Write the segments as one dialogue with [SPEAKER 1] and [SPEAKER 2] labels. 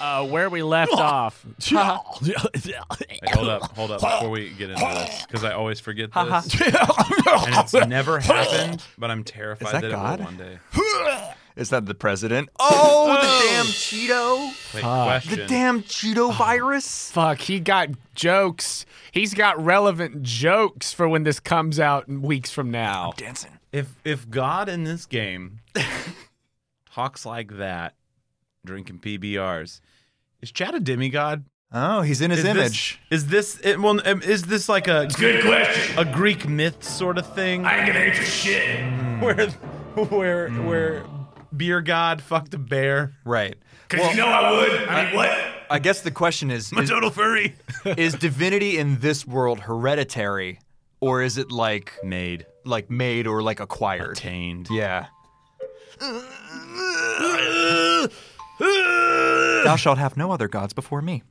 [SPEAKER 1] uh, where we left off.
[SPEAKER 2] Hey, hold up, hold up before we get into this because I always forget this, and it's
[SPEAKER 3] is
[SPEAKER 2] never happened. But I'm terrified
[SPEAKER 3] Is
[SPEAKER 2] that,
[SPEAKER 3] that
[SPEAKER 2] it
[SPEAKER 3] God?
[SPEAKER 2] will one day.
[SPEAKER 3] that the president? Oh, the damn Cheeto!
[SPEAKER 2] Wait, question.
[SPEAKER 3] The damn Cheeto virus!
[SPEAKER 1] Fuck, he got jokes. He's got relevant jokes for when this comes out in weeks from now.
[SPEAKER 3] Dancing.
[SPEAKER 2] If if God in this game talks like that, drinking PBRs, is Chad a demigod?
[SPEAKER 3] Oh, he's in his
[SPEAKER 2] Is
[SPEAKER 3] image.
[SPEAKER 2] This, is this it, well? um, Is this like a
[SPEAKER 4] Good question.
[SPEAKER 2] a Greek myth sort of thing
[SPEAKER 4] I ain't gonna answer shit.
[SPEAKER 2] where where where beer god fucked a bear?
[SPEAKER 3] Right.
[SPEAKER 4] Cause you know I would. I mean, what?
[SPEAKER 3] I guess the question is:
[SPEAKER 4] I'm a
[SPEAKER 3] is,
[SPEAKER 4] total furry.
[SPEAKER 3] is divinity in this world hereditary, or is it like
[SPEAKER 2] Made
[SPEAKER 3] like made or like acquired?
[SPEAKER 2] tamed.
[SPEAKER 3] Yeah. Thou shalt have no other gods before me.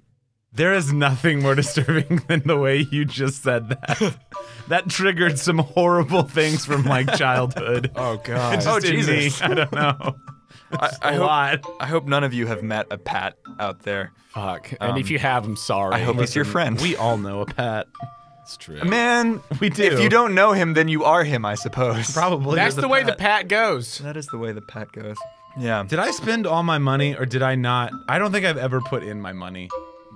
[SPEAKER 2] There is nothing more disturbing than the way you just said that. that triggered some horrible things from like childhood.
[SPEAKER 3] Oh God.
[SPEAKER 2] Just
[SPEAKER 3] oh
[SPEAKER 2] in me.
[SPEAKER 3] Jesus.
[SPEAKER 2] I don't know.
[SPEAKER 3] I, I
[SPEAKER 2] A
[SPEAKER 3] hope,
[SPEAKER 2] lot.
[SPEAKER 3] I hope none of you have met a Pat out there.
[SPEAKER 1] Fuck. And
[SPEAKER 2] Um,
[SPEAKER 1] if you have, I'm sorry.
[SPEAKER 3] I hope he's your friend.
[SPEAKER 2] We all know a Pat.
[SPEAKER 5] It's true.
[SPEAKER 3] Man,
[SPEAKER 2] We do.
[SPEAKER 3] If you don't know him, then you are him, I suppose.
[SPEAKER 2] probably
[SPEAKER 1] That's
[SPEAKER 2] you're
[SPEAKER 1] the, way the
[SPEAKER 2] Pat.
[SPEAKER 1] pat goes.
[SPEAKER 3] That is the way the Pat goes. Yeah.
[SPEAKER 2] Did I spend all my money or did I not? I don't think I've ever put in my money.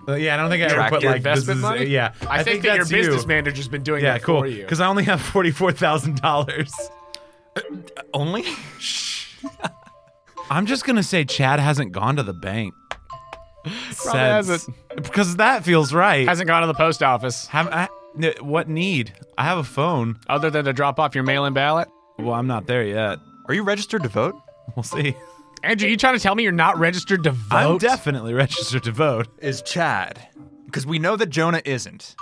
[SPEAKER 2] Uh, yeah, I don't think I ever
[SPEAKER 3] Track
[SPEAKER 2] put
[SPEAKER 3] your
[SPEAKER 2] like
[SPEAKER 1] investment
[SPEAKER 2] this is-
[SPEAKER 1] money?
[SPEAKER 2] Yeah,
[SPEAKER 1] I, think, that your
[SPEAKER 2] that's you.
[SPEAKER 1] business manager's been doing
[SPEAKER 2] Yeah,
[SPEAKER 1] that
[SPEAKER 2] cool.
[SPEAKER 1] for you.
[SPEAKER 2] Because I only have forty-four thousand dollars.
[SPEAKER 1] Uh,
[SPEAKER 3] Only?
[SPEAKER 2] I'm just gonna say Chad hasn't gone to the bank. Since-
[SPEAKER 1] hasn't.
[SPEAKER 2] Because that feels right.
[SPEAKER 1] hasn't gone to the post office
[SPEAKER 2] Have I, n- what need? I have a phone.
[SPEAKER 1] other than to drop off your mail-in ballot.
[SPEAKER 2] Well, I'm not there yet.
[SPEAKER 3] Are you registered to vote?
[SPEAKER 2] We'll see.
[SPEAKER 1] Andrew, you trying to tell me you're not registered to vote?
[SPEAKER 2] I'm definitely registered to vote.
[SPEAKER 3] Is Chad. Because we know that Jonah isn't.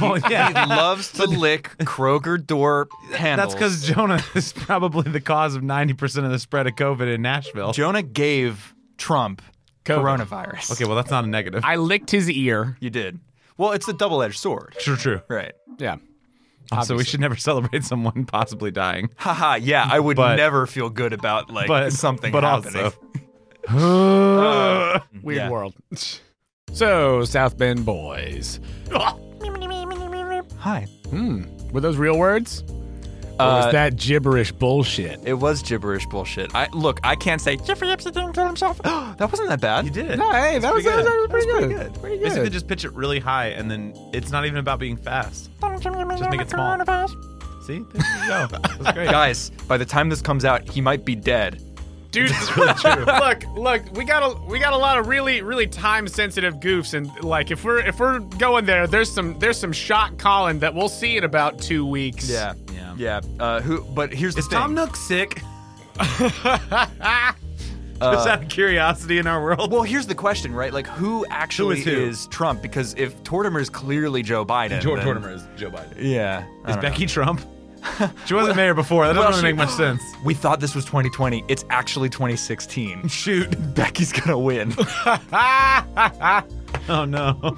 [SPEAKER 2] Well,
[SPEAKER 3] He loves to lick Kroger door handles.
[SPEAKER 2] That's because Jonah is probably the cause of 90% of the spread of COVID in Nashville.
[SPEAKER 3] Jonah gave Trump
[SPEAKER 1] COVID.
[SPEAKER 3] coronavirus.
[SPEAKER 2] okay, well, that's not a negative.
[SPEAKER 1] I licked his ear.
[SPEAKER 3] You did. Well, it's a double edged sword.
[SPEAKER 2] True, true.
[SPEAKER 3] Right.
[SPEAKER 1] Yeah.
[SPEAKER 2] So we should never celebrate someone possibly dying.
[SPEAKER 3] Haha, yeah, I would
[SPEAKER 2] But-
[SPEAKER 3] never feel good about like
[SPEAKER 2] But
[SPEAKER 3] something
[SPEAKER 2] but
[SPEAKER 3] happening.
[SPEAKER 2] also-
[SPEAKER 1] Weird
[SPEAKER 3] Yeah.
[SPEAKER 1] world. so, South Bend boys.
[SPEAKER 3] Hi.
[SPEAKER 1] Hmm. Were those real words? Or
[SPEAKER 3] Uh,
[SPEAKER 1] was that gibberish bullshit?
[SPEAKER 3] It was gibberish bullshit. I look, I can't say Jeffrey Epstein killed himself. that wasn't that bad.
[SPEAKER 2] You did it.
[SPEAKER 1] No, hey, that was, that was
[SPEAKER 3] pretty
[SPEAKER 1] actually pretty,
[SPEAKER 3] That's
[SPEAKER 1] good.
[SPEAKER 3] pretty
[SPEAKER 1] Pretty good.
[SPEAKER 2] Basically, just pitch it really high, and then it's not even about being fast. Just make it small. See? There you go. That's great.
[SPEAKER 3] Guys, by the time this comes out, he might be dead.
[SPEAKER 1] Dude, look, look, we got a we got a lot of really really time sensitive goofs, and like if we're if we're going there, there's some there's some shot calling that we'll see in about two weeks.
[SPEAKER 2] Yeah.
[SPEAKER 3] yeah. Uh, who? But here's
[SPEAKER 2] Is
[SPEAKER 3] the thing.
[SPEAKER 2] Tom Nook sick? Uh, Just out of curiosity in our world.
[SPEAKER 3] well, here's the question, right? Like, who actually
[SPEAKER 2] is who?
[SPEAKER 3] Trump? Because if Tortimer is clearly Joe Biden, then-
[SPEAKER 2] is Joe Biden.
[SPEAKER 3] Yeah. I
[SPEAKER 2] Is
[SPEAKER 3] don't
[SPEAKER 2] Becky Trump? She wasn't mayor before. That doesn't
[SPEAKER 3] well,
[SPEAKER 2] really
[SPEAKER 3] she-
[SPEAKER 2] make much sense.
[SPEAKER 3] know. We thought this was 2020. It's actually 2016.
[SPEAKER 2] Shoot.
[SPEAKER 3] Becky's gonna win.
[SPEAKER 2] Oh no.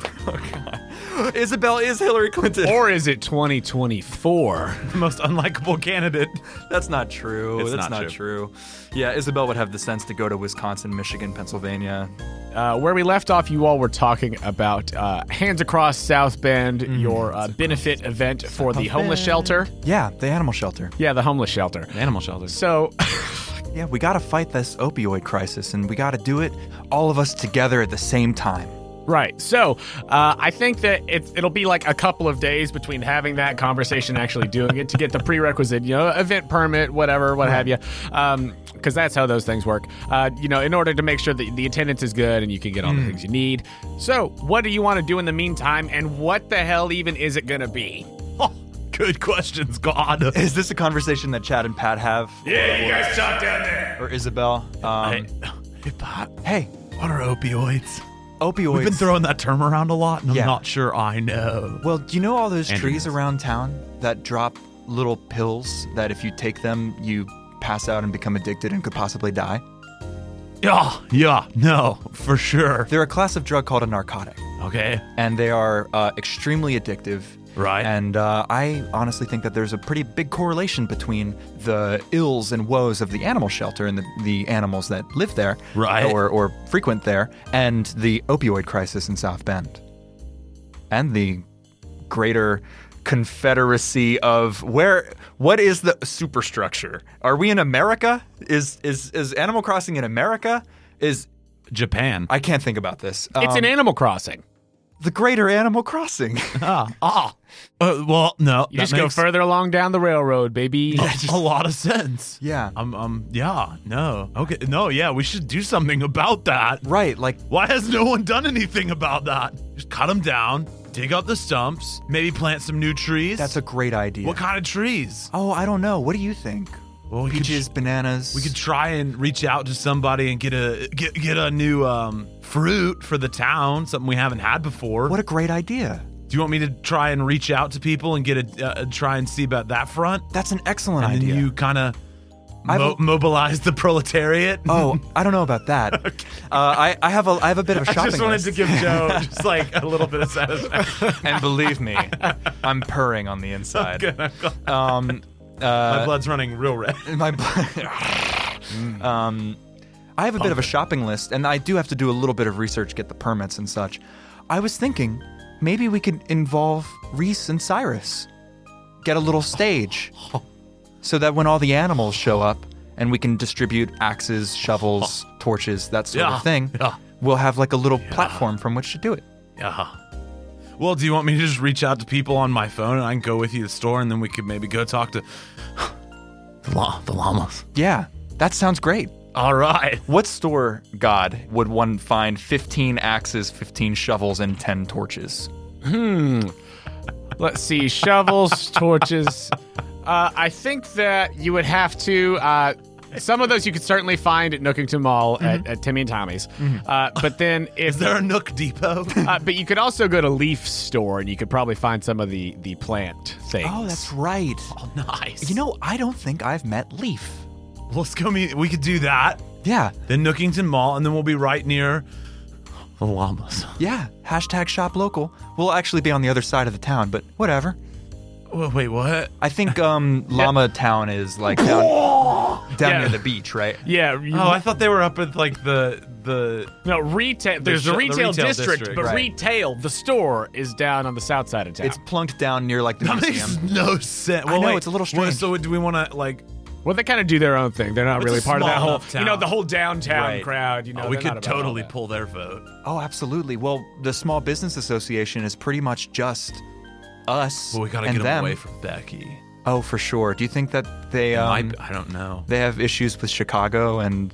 [SPEAKER 3] Isabel is Hillary Clinton.
[SPEAKER 1] Or is it 2024?
[SPEAKER 2] the most unlikable candidate.
[SPEAKER 3] That's not true.
[SPEAKER 2] It's
[SPEAKER 3] That's
[SPEAKER 2] not
[SPEAKER 3] not, true. Yeah, Isabel would have the sense to go to Wisconsin, Michigan, Pennsylvania.
[SPEAKER 1] Uh, where we left off, you all were talking about uh, Hands Across South Bend,
[SPEAKER 2] Mm-hmm.
[SPEAKER 1] your uh, benefit event for the homeless shelter.
[SPEAKER 3] Yeah, the animal shelter.
[SPEAKER 1] Yeah, the homeless shelter.
[SPEAKER 2] Animal shelter.
[SPEAKER 1] So,
[SPEAKER 3] Yeah, we gotta fight this opioid crisis, and we gotta do it all of us together at the same time.
[SPEAKER 1] right. So, uh, I think that it, it'll be like a couple of days between having that conversation and actually doing it to get the prerequisite, you know, event permit, whatever, what have you. Um, because that's how those things work. Uh, you know, in order to make sure that the attendance is good and you can get all
[SPEAKER 2] Mm.
[SPEAKER 1] the things you need. So, what do you want to do in the meantime? And what the hell even is it going to be?
[SPEAKER 2] Good questions, God.
[SPEAKER 3] Is this a conversation that Chad and Pat have,
[SPEAKER 4] Yeah, you guys talk down there.
[SPEAKER 3] or Isabel? Um,
[SPEAKER 2] Hey, Pat,
[SPEAKER 3] hey,
[SPEAKER 2] what are opioids?
[SPEAKER 3] opioids.
[SPEAKER 2] We've been throwing that term around a lot, and I'm
[SPEAKER 3] Yeah.
[SPEAKER 2] not sure I know.
[SPEAKER 3] well, do you know all those
[SPEAKER 2] Andrew
[SPEAKER 3] trees
[SPEAKER 2] knows.
[SPEAKER 3] around town that drop little pills that if you take them, you pass out and become addicted and could possibly die?
[SPEAKER 2] Yeah, yeah, no, for sure.
[SPEAKER 3] They're a class of drug called a narcotic.
[SPEAKER 2] Okay.
[SPEAKER 3] and they are uh, extremely addictive.
[SPEAKER 2] Right.
[SPEAKER 3] And uh, I honestly think that there's a pretty big correlation between the ills and woes of the animal shelter and the, the animals that live there
[SPEAKER 2] Right.
[SPEAKER 3] or, or frequent there and the opioid crisis in South Bend and the greater confederacy of where what is the superstructure are we in america is is is animal crossing in america is
[SPEAKER 2] Japan.
[SPEAKER 3] i can't think about this
[SPEAKER 1] It's an
[SPEAKER 3] Um,
[SPEAKER 1] Animal Crossing.
[SPEAKER 3] the greater animal crossing
[SPEAKER 2] ah, ah. Uh, well, no.
[SPEAKER 1] You
[SPEAKER 2] that
[SPEAKER 1] just go
[SPEAKER 2] makes Oh,
[SPEAKER 1] further along down the railroad, baby.
[SPEAKER 2] A lot of sense.
[SPEAKER 3] Yeah.
[SPEAKER 2] Um. Um. Yeah. No. Okay. No. Yeah. We should do something about that.
[SPEAKER 3] right like
[SPEAKER 2] Why has no one done anything about that? Just cut them down, dig up the stumps, maybe plant some new trees.
[SPEAKER 3] that's a great idea
[SPEAKER 2] What kind of trees?
[SPEAKER 3] oh i don't know what do you think
[SPEAKER 2] Well, we could
[SPEAKER 3] peaches bananas
[SPEAKER 2] We could try and reach out to somebody and get a get, get a new um, fruit for the town, something we haven't had before.
[SPEAKER 3] what a great idea
[SPEAKER 2] Do you want me to try and reach out to people and get a uh, try and see about that front?
[SPEAKER 3] that's an excellent
[SPEAKER 2] And
[SPEAKER 3] idea
[SPEAKER 2] then you kind of
[SPEAKER 3] I've-
[SPEAKER 2] mo- mobilize the proletariat.
[SPEAKER 3] oh i don't know about that uh, I, I have a i have a bit of a shopping
[SPEAKER 2] I just wanted
[SPEAKER 3] list.
[SPEAKER 2] to give Joe just like a little bit of satisfaction.
[SPEAKER 3] and believe me, I'm purring on the inside.
[SPEAKER 2] Good, I'm glad-
[SPEAKER 3] Um,
[SPEAKER 2] My
[SPEAKER 3] uh,
[SPEAKER 2] blood's running real red.
[SPEAKER 3] my bl- um, I have a bit of a shopping list, and I do have to do a little bit of research, get the permits and such. I was thinking maybe we could involve Reese and Cyrus, get a little stage, so that when all the animals show up and we can distribute axes, shovels, torches, that sort
[SPEAKER 2] Yeah,
[SPEAKER 3] of thing,
[SPEAKER 2] yeah.
[SPEAKER 3] we'll have like a little platform from which to do it. Uh-huh.
[SPEAKER 2] Yeah. Well, do you want me to just reach out to people on my phone and I can go with you to the store and then we could maybe go talk to the, la- the llamas?
[SPEAKER 3] Yeah, that sounds great.
[SPEAKER 2] All right.
[SPEAKER 3] What store god would one find 15 axes, 15 shovels, and 10 torches?
[SPEAKER 1] Let's see, shovels, torches. Uh, I think that you would have to. Uh, some of those you could certainly find at Nookington Mall at, at Timmy and Tommy's. Uh, but then if
[SPEAKER 2] Mm-hmm. Is there a Nook Depot?
[SPEAKER 1] Uh, but you could also go to Leaf Store and you could probably find some of the the plant things.
[SPEAKER 3] Oh, that's right.
[SPEAKER 2] oh, nice.
[SPEAKER 3] You know, I don't think I've met Leaf.
[SPEAKER 2] let's go meet. We could do that.
[SPEAKER 3] Yeah,
[SPEAKER 2] Then Nookington Mall, and then we'll be right near the llamas.
[SPEAKER 3] yeah. Hashtag shop local. We'll actually be on the other side of the town, but whatever.
[SPEAKER 2] Wait, wait, what?
[SPEAKER 3] I think um, Llama Town is like down, down near the beach, right?
[SPEAKER 1] yeah. you-
[SPEAKER 2] Oh, I thought they were up at like the the.
[SPEAKER 1] no, retail. There's
[SPEAKER 2] The
[SPEAKER 1] the
[SPEAKER 2] sh- the
[SPEAKER 1] retail,
[SPEAKER 2] retail
[SPEAKER 1] district,
[SPEAKER 2] district,
[SPEAKER 1] but
[SPEAKER 3] right.
[SPEAKER 1] retail, the store, is down on the south side of town.
[SPEAKER 3] It's plunked down near like the
[SPEAKER 2] That makes
[SPEAKER 3] museum.
[SPEAKER 2] no sense. Well,
[SPEAKER 3] know,
[SPEAKER 2] wait,
[SPEAKER 3] it's a little
[SPEAKER 2] well,
[SPEAKER 3] strange.
[SPEAKER 2] so, do we want to like?
[SPEAKER 1] well, they kind of do their own thing. They're not
[SPEAKER 2] It's
[SPEAKER 1] really
[SPEAKER 2] a
[SPEAKER 1] part of that
[SPEAKER 2] small
[SPEAKER 1] whole,
[SPEAKER 2] enough
[SPEAKER 1] you know,
[SPEAKER 2] town.
[SPEAKER 1] the whole downtown
[SPEAKER 3] Right.
[SPEAKER 1] crowd. You know,
[SPEAKER 2] oh, we
[SPEAKER 1] they're not
[SPEAKER 2] could
[SPEAKER 1] about all
[SPEAKER 2] totally
[SPEAKER 1] that.
[SPEAKER 2] pull their vote.
[SPEAKER 3] Oh, absolutely. Well, the Small Business Association is pretty much just us
[SPEAKER 2] Well, we gotta
[SPEAKER 3] and
[SPEAKER 2] get
[SPEAKER 3] them.
[SPEAKER 2] them away from Becky.
[SPEAKER 3] Oh, for sure. Do you think that they? Um,
[SPEAKER 2] I, I don't know.
[SPEAKER 3] they have issues with Chicago, and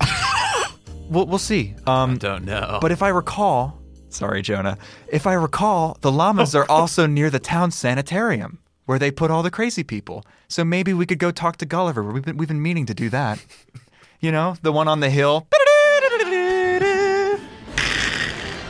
[SPEAKER 3] we'll, we'll see. Um,
[SPEAKER 2] Don't know.
[SPEAKER 3] but if I recall, sorry, Jonah, if I recall, the llamas are also near the town sanitarium where they put all the crazy people. So maybe we could go talk to Gulliver. We've been, we've been meaning to do that. You know, the one on the hill.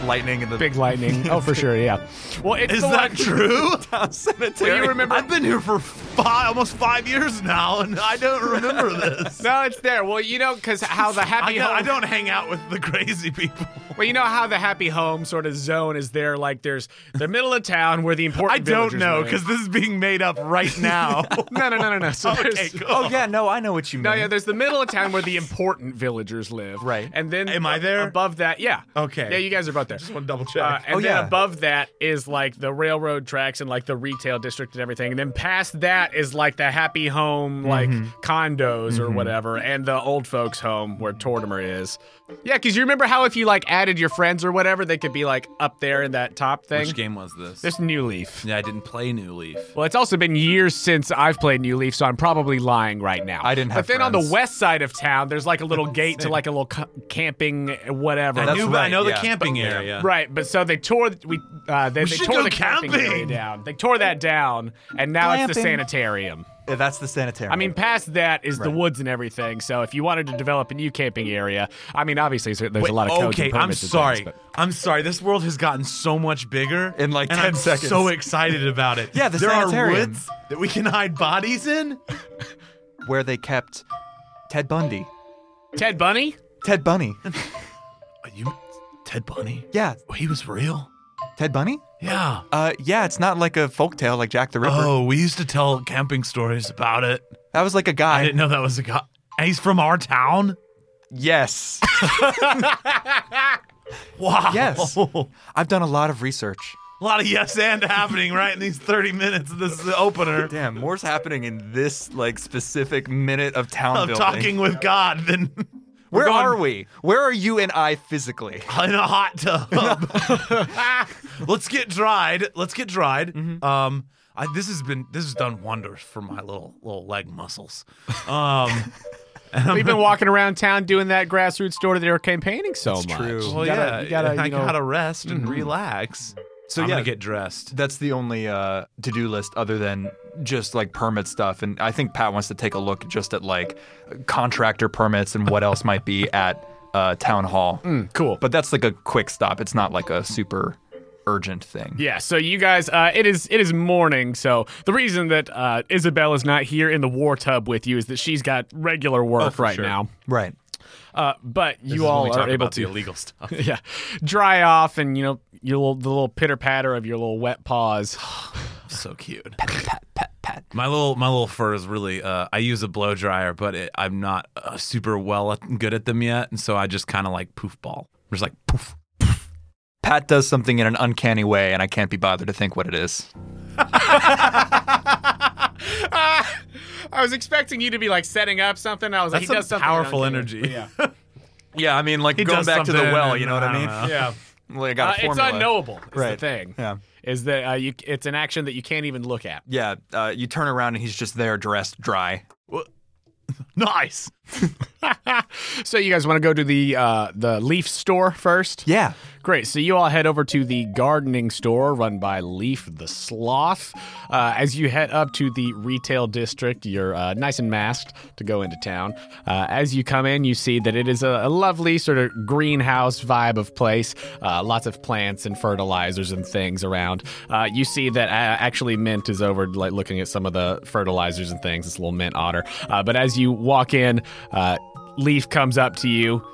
[SPEAKER 3] Lightning in the
[SPEAKER 1] Big lightning. Oh, for sure. Yeah. Well, it's
[SPEAKER 2] is
[SPEAKER 1] the
[SPEAKER 2] that
[SPEAKER 1] one-
[SPEAKER 2] true?
[SPEAKER 3] town
[SPEAKER 1] Do
[SPEAKER 3] sanitarium.
[SPEAKER 1] you remember?
[SPEAKER 2] I've been here for five, almost five years now, and I don't remember this.
[SPEAKER 1] no, it's there. Well, you know, because how the
[SPEAKER 2] I
[SPEAKER 1] happy
[SPEAKER 2] don't, I
[SPEAKER 1] home-
[SPEAKER 2] don't hang out with the crazy people.
[SPEAKER 1] Well, you know how the happy home sort of zone is there. Like there's the middle of town where the important.
[SPEAKER 2] I don't
[SPEAKER 1] villagers
[SPEAKER 2] know
[SPEAKER 1] live.
[SPEAKER 2] because this is being made up right now.
[SPEAKER 1] no, no, no, no, no. So
[SPEAKER 2] okay,
[SPEAKER 1] there's-
[SPEAKER 2] cool.
[SPEAKER 3] Oh yeah, no, I know what you mean.
[SPEAKER 1] No, Oh, yeah, there's the middle of town where the important villagers live.
[SPEAKER 3] Right.
[SPEAKER 1] And then
[SPEAKER 2] Am I there?
[SPEAKER 1] Above that, yeah.
[SPEAKER 2] Okay.
[SPEAKER 1] Yeah, you guys are both there.
[SPEAKER 2] Just want to double
[SPEAKER 1] Uh,
[SPEAKER 2] check.
[SPEAKER 1] and
[SPEAKER 3] Oh,
[SPEAKER 1] then
[SPEAKER 3] yeah.
[SPEAKER 1] above that is like the railroad tracks and like the retail district and everything. And then past that is like the happy home, like
[SPEAKER 2] Mm-hmm.
[SPEAKER 1] condos or whatever, and the old folks' home where Tortimer is. Yeah, because you remember how if you like added your friends or whatever, they could be like up there in that top thing.
[SPEAKER 2] Which game was this?
[SPEAKER 1] This New Leaf.
[SPEAKER 2] yeah, I didn't play New Leaf.
[SPEAKER 1] Well, it's also been years since I've played New Leaf, so I'm probably lying right now.
[SPEAKER 3] I didn't have
[SPEAKER 1] But then on
[SPEAKER 3] friends.
[SPEAKER 1] the west side of town, there's like a little gate to like a little ca- camping whatever.
[SPEAKER 2] I,
[SPEAKER 3] That's
[SPEAKER 2] knew, I
[SPEAKER 3] right,
[SPEAKER 2] know the
[SPEAKER 3] yeah.
[SPEAKER 2] camping area.
[SPEAKER 1] right, but so they tore we uh, they,
[SPEAKER 2] We
[SPEAKER 1] they
[SPEAKER 2] should
[SPEAKER 1] tore
[SPEAKER 2] go
[SPEAKER 1] the camping,
[SPEAKER 2] camping!
[SPEAKER 1] area down. They tore that down, and now it's the
[SPEAKER 3] Glamping.
[SPEAKER 1] sanitarium.
[SPEAKER 3] Yeah, that's the sanitarium.
[SPEAKER 1] I mean, past that is the woods and everything. So if you wanted to develop a new camping area, I mean, obviously there's there's
[SPEAKER 2] Wait,
[SPEAKER 1] a lot of codes
[SPEAKER 2] okay,
[SPEAKER 1] and
[SPEAKER 2] I'm
[SPEAKER 1] permits and
[SPEAKER 2] sorry.
[SPEAKER 1] things, but-
[SPEAKER 2] I'm sorry. This world has gotten so much bigger
[SPEAKER 3] In like
[SPEAKER 2] and
[SPEAKER 3] 10
[SPEAKER 2] I'm
[SPEAKER 3] seconds.
[SPEAKER 2] So excited about it.
[SPEAKER 3] Yeah, the
[SPEAKER 2] there are
[SPEAKER 3] sanitarium.
[SPEAKER 2] woods that we can hide bodies in.
[SPEAKER 3] where they kept Ted Bundy.
[SPEAKER 1] Ted Bunny.
[SPEAKER 3] Ted Bunny.
[SPEAKER 2] Are you Ted Bunny?
[SPEAKER 3] Yeah,
[SPEAKER 2] He was real.
[SPEAKER 3] Ted Bunny?
[SPEAKER 2] Yeah.
[SPEAKER 3] Uh, yeah, it's not like a folktale like Jack the Ripper.
[SPEAKER 2] Oh, we used to tell camping stories about it.
[SPEAKER 3] That was like a guy.
[SPEAKER 2] I didn't know that was a guy. And he's from our town?
[SPEAKER 3] Yes.
[SPEAKER 2] Wow.
[SPEAKER 3] Yes.
[SPEAKER 2] A
[SPEAKER 3] I've done a lot of research.
[SPEAKER 2] lot of yes and happening right in these 30 minutes. This is the opener
[SPEAKER 3] Damn, more's happening in this like specific minute of town
[SPEAKER 2] of
[SPEAKER 3] building.
[SPEAKER 2] talking with God than
[SPEAKER 3] Where
[SPEAKER 2] We're going-
[SPEAKER 3] are we? Where are you and I physically?
[SPEAKER 2] in a hot
[SPEAKER 1] Ah,
[SPEAKER 2] tub. Let's get dried. Let's get dried.
[SPEAKER 1] Mm-hmm.
[SPEAKER 2] Um, I, this has been this has done wonders for my little little leg muscles. Um,
[SPEAKER 1] We've been walking around town doing that grassroots store that they were campaigning so much.
[SPEAKER 3] true.
[SPEAKER 2] well,
[SPEAKER 1] You gotta-
[SPEAKER 2] yeah,
[SPEAKER 1] you gotta,
[SPEAKER 2] I
[SPEAKER 1] you know- Mm-hmm.
[SPEAKER 2] gotta rest and relax.
[SPEAKER 3] So
[SPEAKER 2] I'm
[SPEAKER 3] yeah,
[SPEAKER 2] gonna get dressed.
[SPEAKER 3] that's the only uh, to-do list other than just like permit stuff. And I think Pat wants to take a look just at like contractor permits and what else might be at uh, town hall.
[SPEAKER 1] Cool.
[SPEAKER 3] But that's like a quick stop. It's not like a super urgent thing.
[SPEAKER 1] Yeah, so you guys, uh, it is it is morning. So the reason that uh, Isabel is not here in the war tub with you is that she's got regular work
[SPEAKER 2] for
[SPEAKER 1] right
[SPEAKER 2] sure.
[SPEAKER 1] now.
[SPEAKER 3] Right.
[SPEAKER 1] Uh, but you
[SPEAKER 2] This is when we
[SPEAKER 1] all
[SPEAKER 2] talk
[SPEAKER 1] are able
[SPEAKER 2] about
[SPEAKER 1] to,
[SPEAKER 2] the illegal stuff.
[SPEAKER 1] yeah, dry off and you know your little, the little pitter patter of your little wet paws.
[SPEAKER 2] so cute. My little my little fur is really. Uh, I use a blow dryer, but it, I'm not uh, super well at, good at them yet, and so I just kind of like poof ball. I'm just like poof.
[SPEAKER 3] Pat does something in an uncanny way, and I can't be bothered to think what it is.
[SPEAKER 1] Ah, I was expecting you to be like setting up something. I was like,
[SPEAKER 2] That's
[SPEAKER 1] he does
[SPEAKER 2] some
[SPEAKER 1] something
[SPEAKER 2] powerful
[SPEAKER 1] uncanny.
[SPEAKER 2] energy.
[SPEAKER 1] Yeah,
[SPEAKER 3] Yeah, I mean, like
[SPEAKER 2] He
[SPEAKER 3] going
[SPEAKER 2] does
[SPEAKER 3] back to the
[SPEAKER 2] something
[SPEAKER 3] well.
[SPEAKER 2] and
[SPEAKER 3] You know what I mean?
[SPEAKER 2] don't know.
[SPEAKER 1] yeah.
[SPEAKER 3] Like, I
[SPEAKER 1] Uh,
[SPEAKER 3] got a
[SPEAKER 1] it's
[SPEAKER 3] formula.
[SPEAKER 1] unknowable. Is the
[SPEAKER 3] Right.
[SPEAKER 1] thing.
[SPEAKER 3] Yeah.
[SPEAKER 1] Is that uh, you? It's an action that you can't even look at.
[SPEAKER 3] Yeah, uh, you turn around and he's just there, dressed dry.
[SPEAKER 2] Nice.
[SPEAKER 1] so you guys want to go to the uh, the leaf store first?
[SPEAKER 3] Yeah.
[SPEAKER 1] Great. So you all head over to the gardening store run by Leaf the Sloth. Uh, as you head up to the retail district, you're uh, nice and masked to go into town. Uh, as you come in, you see that it is a, a lovely sort of greenhouse vibe of place. Uh, lots of plants and fertilizers and things around. Uh, you see that uh, actually Mint is over, like looking at some of the fertilizers and things. This little Mint Otter. Uh, but as you walk in, uh, Leaf comes up to you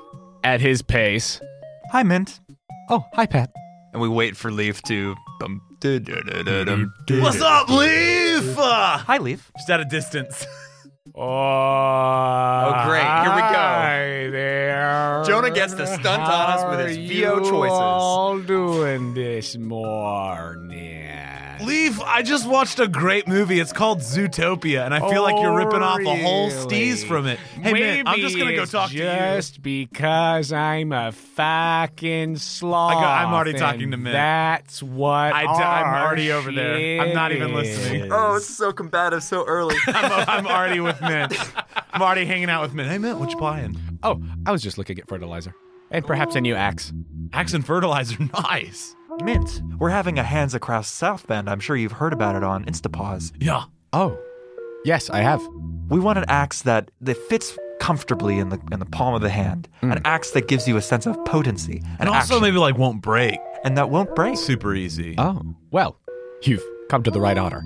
[SPEAKER 1] at his pace.
[SPEAKER 3] Hi, Mint.
[SPEAKER 1] Oh, hi, Pat.
[SPEAKER 3] And we wait for Leaf to. Bum, du- du- du- du- dum, du-
[SPEAKER 2] What's
[SPEAKER 3] du-
[SPEAKER 2] up, Leaf? Uh,
[SPEAKER 3] Hi, Leaf.
[SPEAKER 2] just at a distance.
[SPEAKER 1] Oh, oh
[SPEAKER 3] great. Here we go.
[SPEAKER 1] Hi there.
[SPEAKER 3] Jonah gets to stunt on us
[SPEAKER 1] How
[SPEAKER 3] with his
[SPEAKER 1] are
[SPEAKER 3] VO
[SPEAKER 1] you
[SPEAKER 3] choices.
[SPEAKER 1] all doing this morning?
[SPEAKER 2] Leaf, I just watched a great movie. It's called Zootopia, and I feel like you're ripping off a whole steez
[SPEAKER 1] Oh, Really?
[SPEAKER 2] from it. Hey,
[SPEAKER 1] Maybe
[SPEAKER 2] man, I'm just gonna go
[SPEAKER 1] it's
[SPEAKER 2] talk to you.
[SPEAKER 1] Just because I'm a fucking sloth.
[SPEAKER 2] I'm already talking
[SPEAKER 1] and
[SPEAKER 2] to Mint.
[SPEAKER 1] That's what
[SPEAKER 2] I d- I'm
[SPEAKER 1] our
[SPEAKER 2] already over there. I'm not even
[SPEAKER 1] shit
[SPEAKER 2] listening. Er,
[SPEAKER 1] is.
[SPEAKER 3] oh, so combative so early.
[SPEAKER 2] I'm, I'm already with Mint. I'm already hanging out with Mint. Hey, Mint, what you playing?
[SPEAKER 1] Oh, I was just looking at fertilizer and perhaps a new axe.
[SPEAKER 2] Axe and fertilizer, nice.
[SPEAKER 3] Mint, we're having a Hands Across South Bend. I'm sure you've heard about it on Instapause.
[SPEAKER 2] Yeah.
[SPEAKER 1] Oh, yes, I have.
[SPEAKER 3] We want an axe that, that fits comfortably in the in the palm of the hand, an axe that gives you a sense of potency,
[SPEAKER 2] And
[SPEAKER 3] and
[SPEAKER 2] also
[SPEAKER 3] action,
[SPEAKER 2] maybe like won't break.
[SPEAKER 3] and that won't break.
[SPEAKER 2] Super easy.
[SPEAKER 1] Oh, well, you've come to the right otter.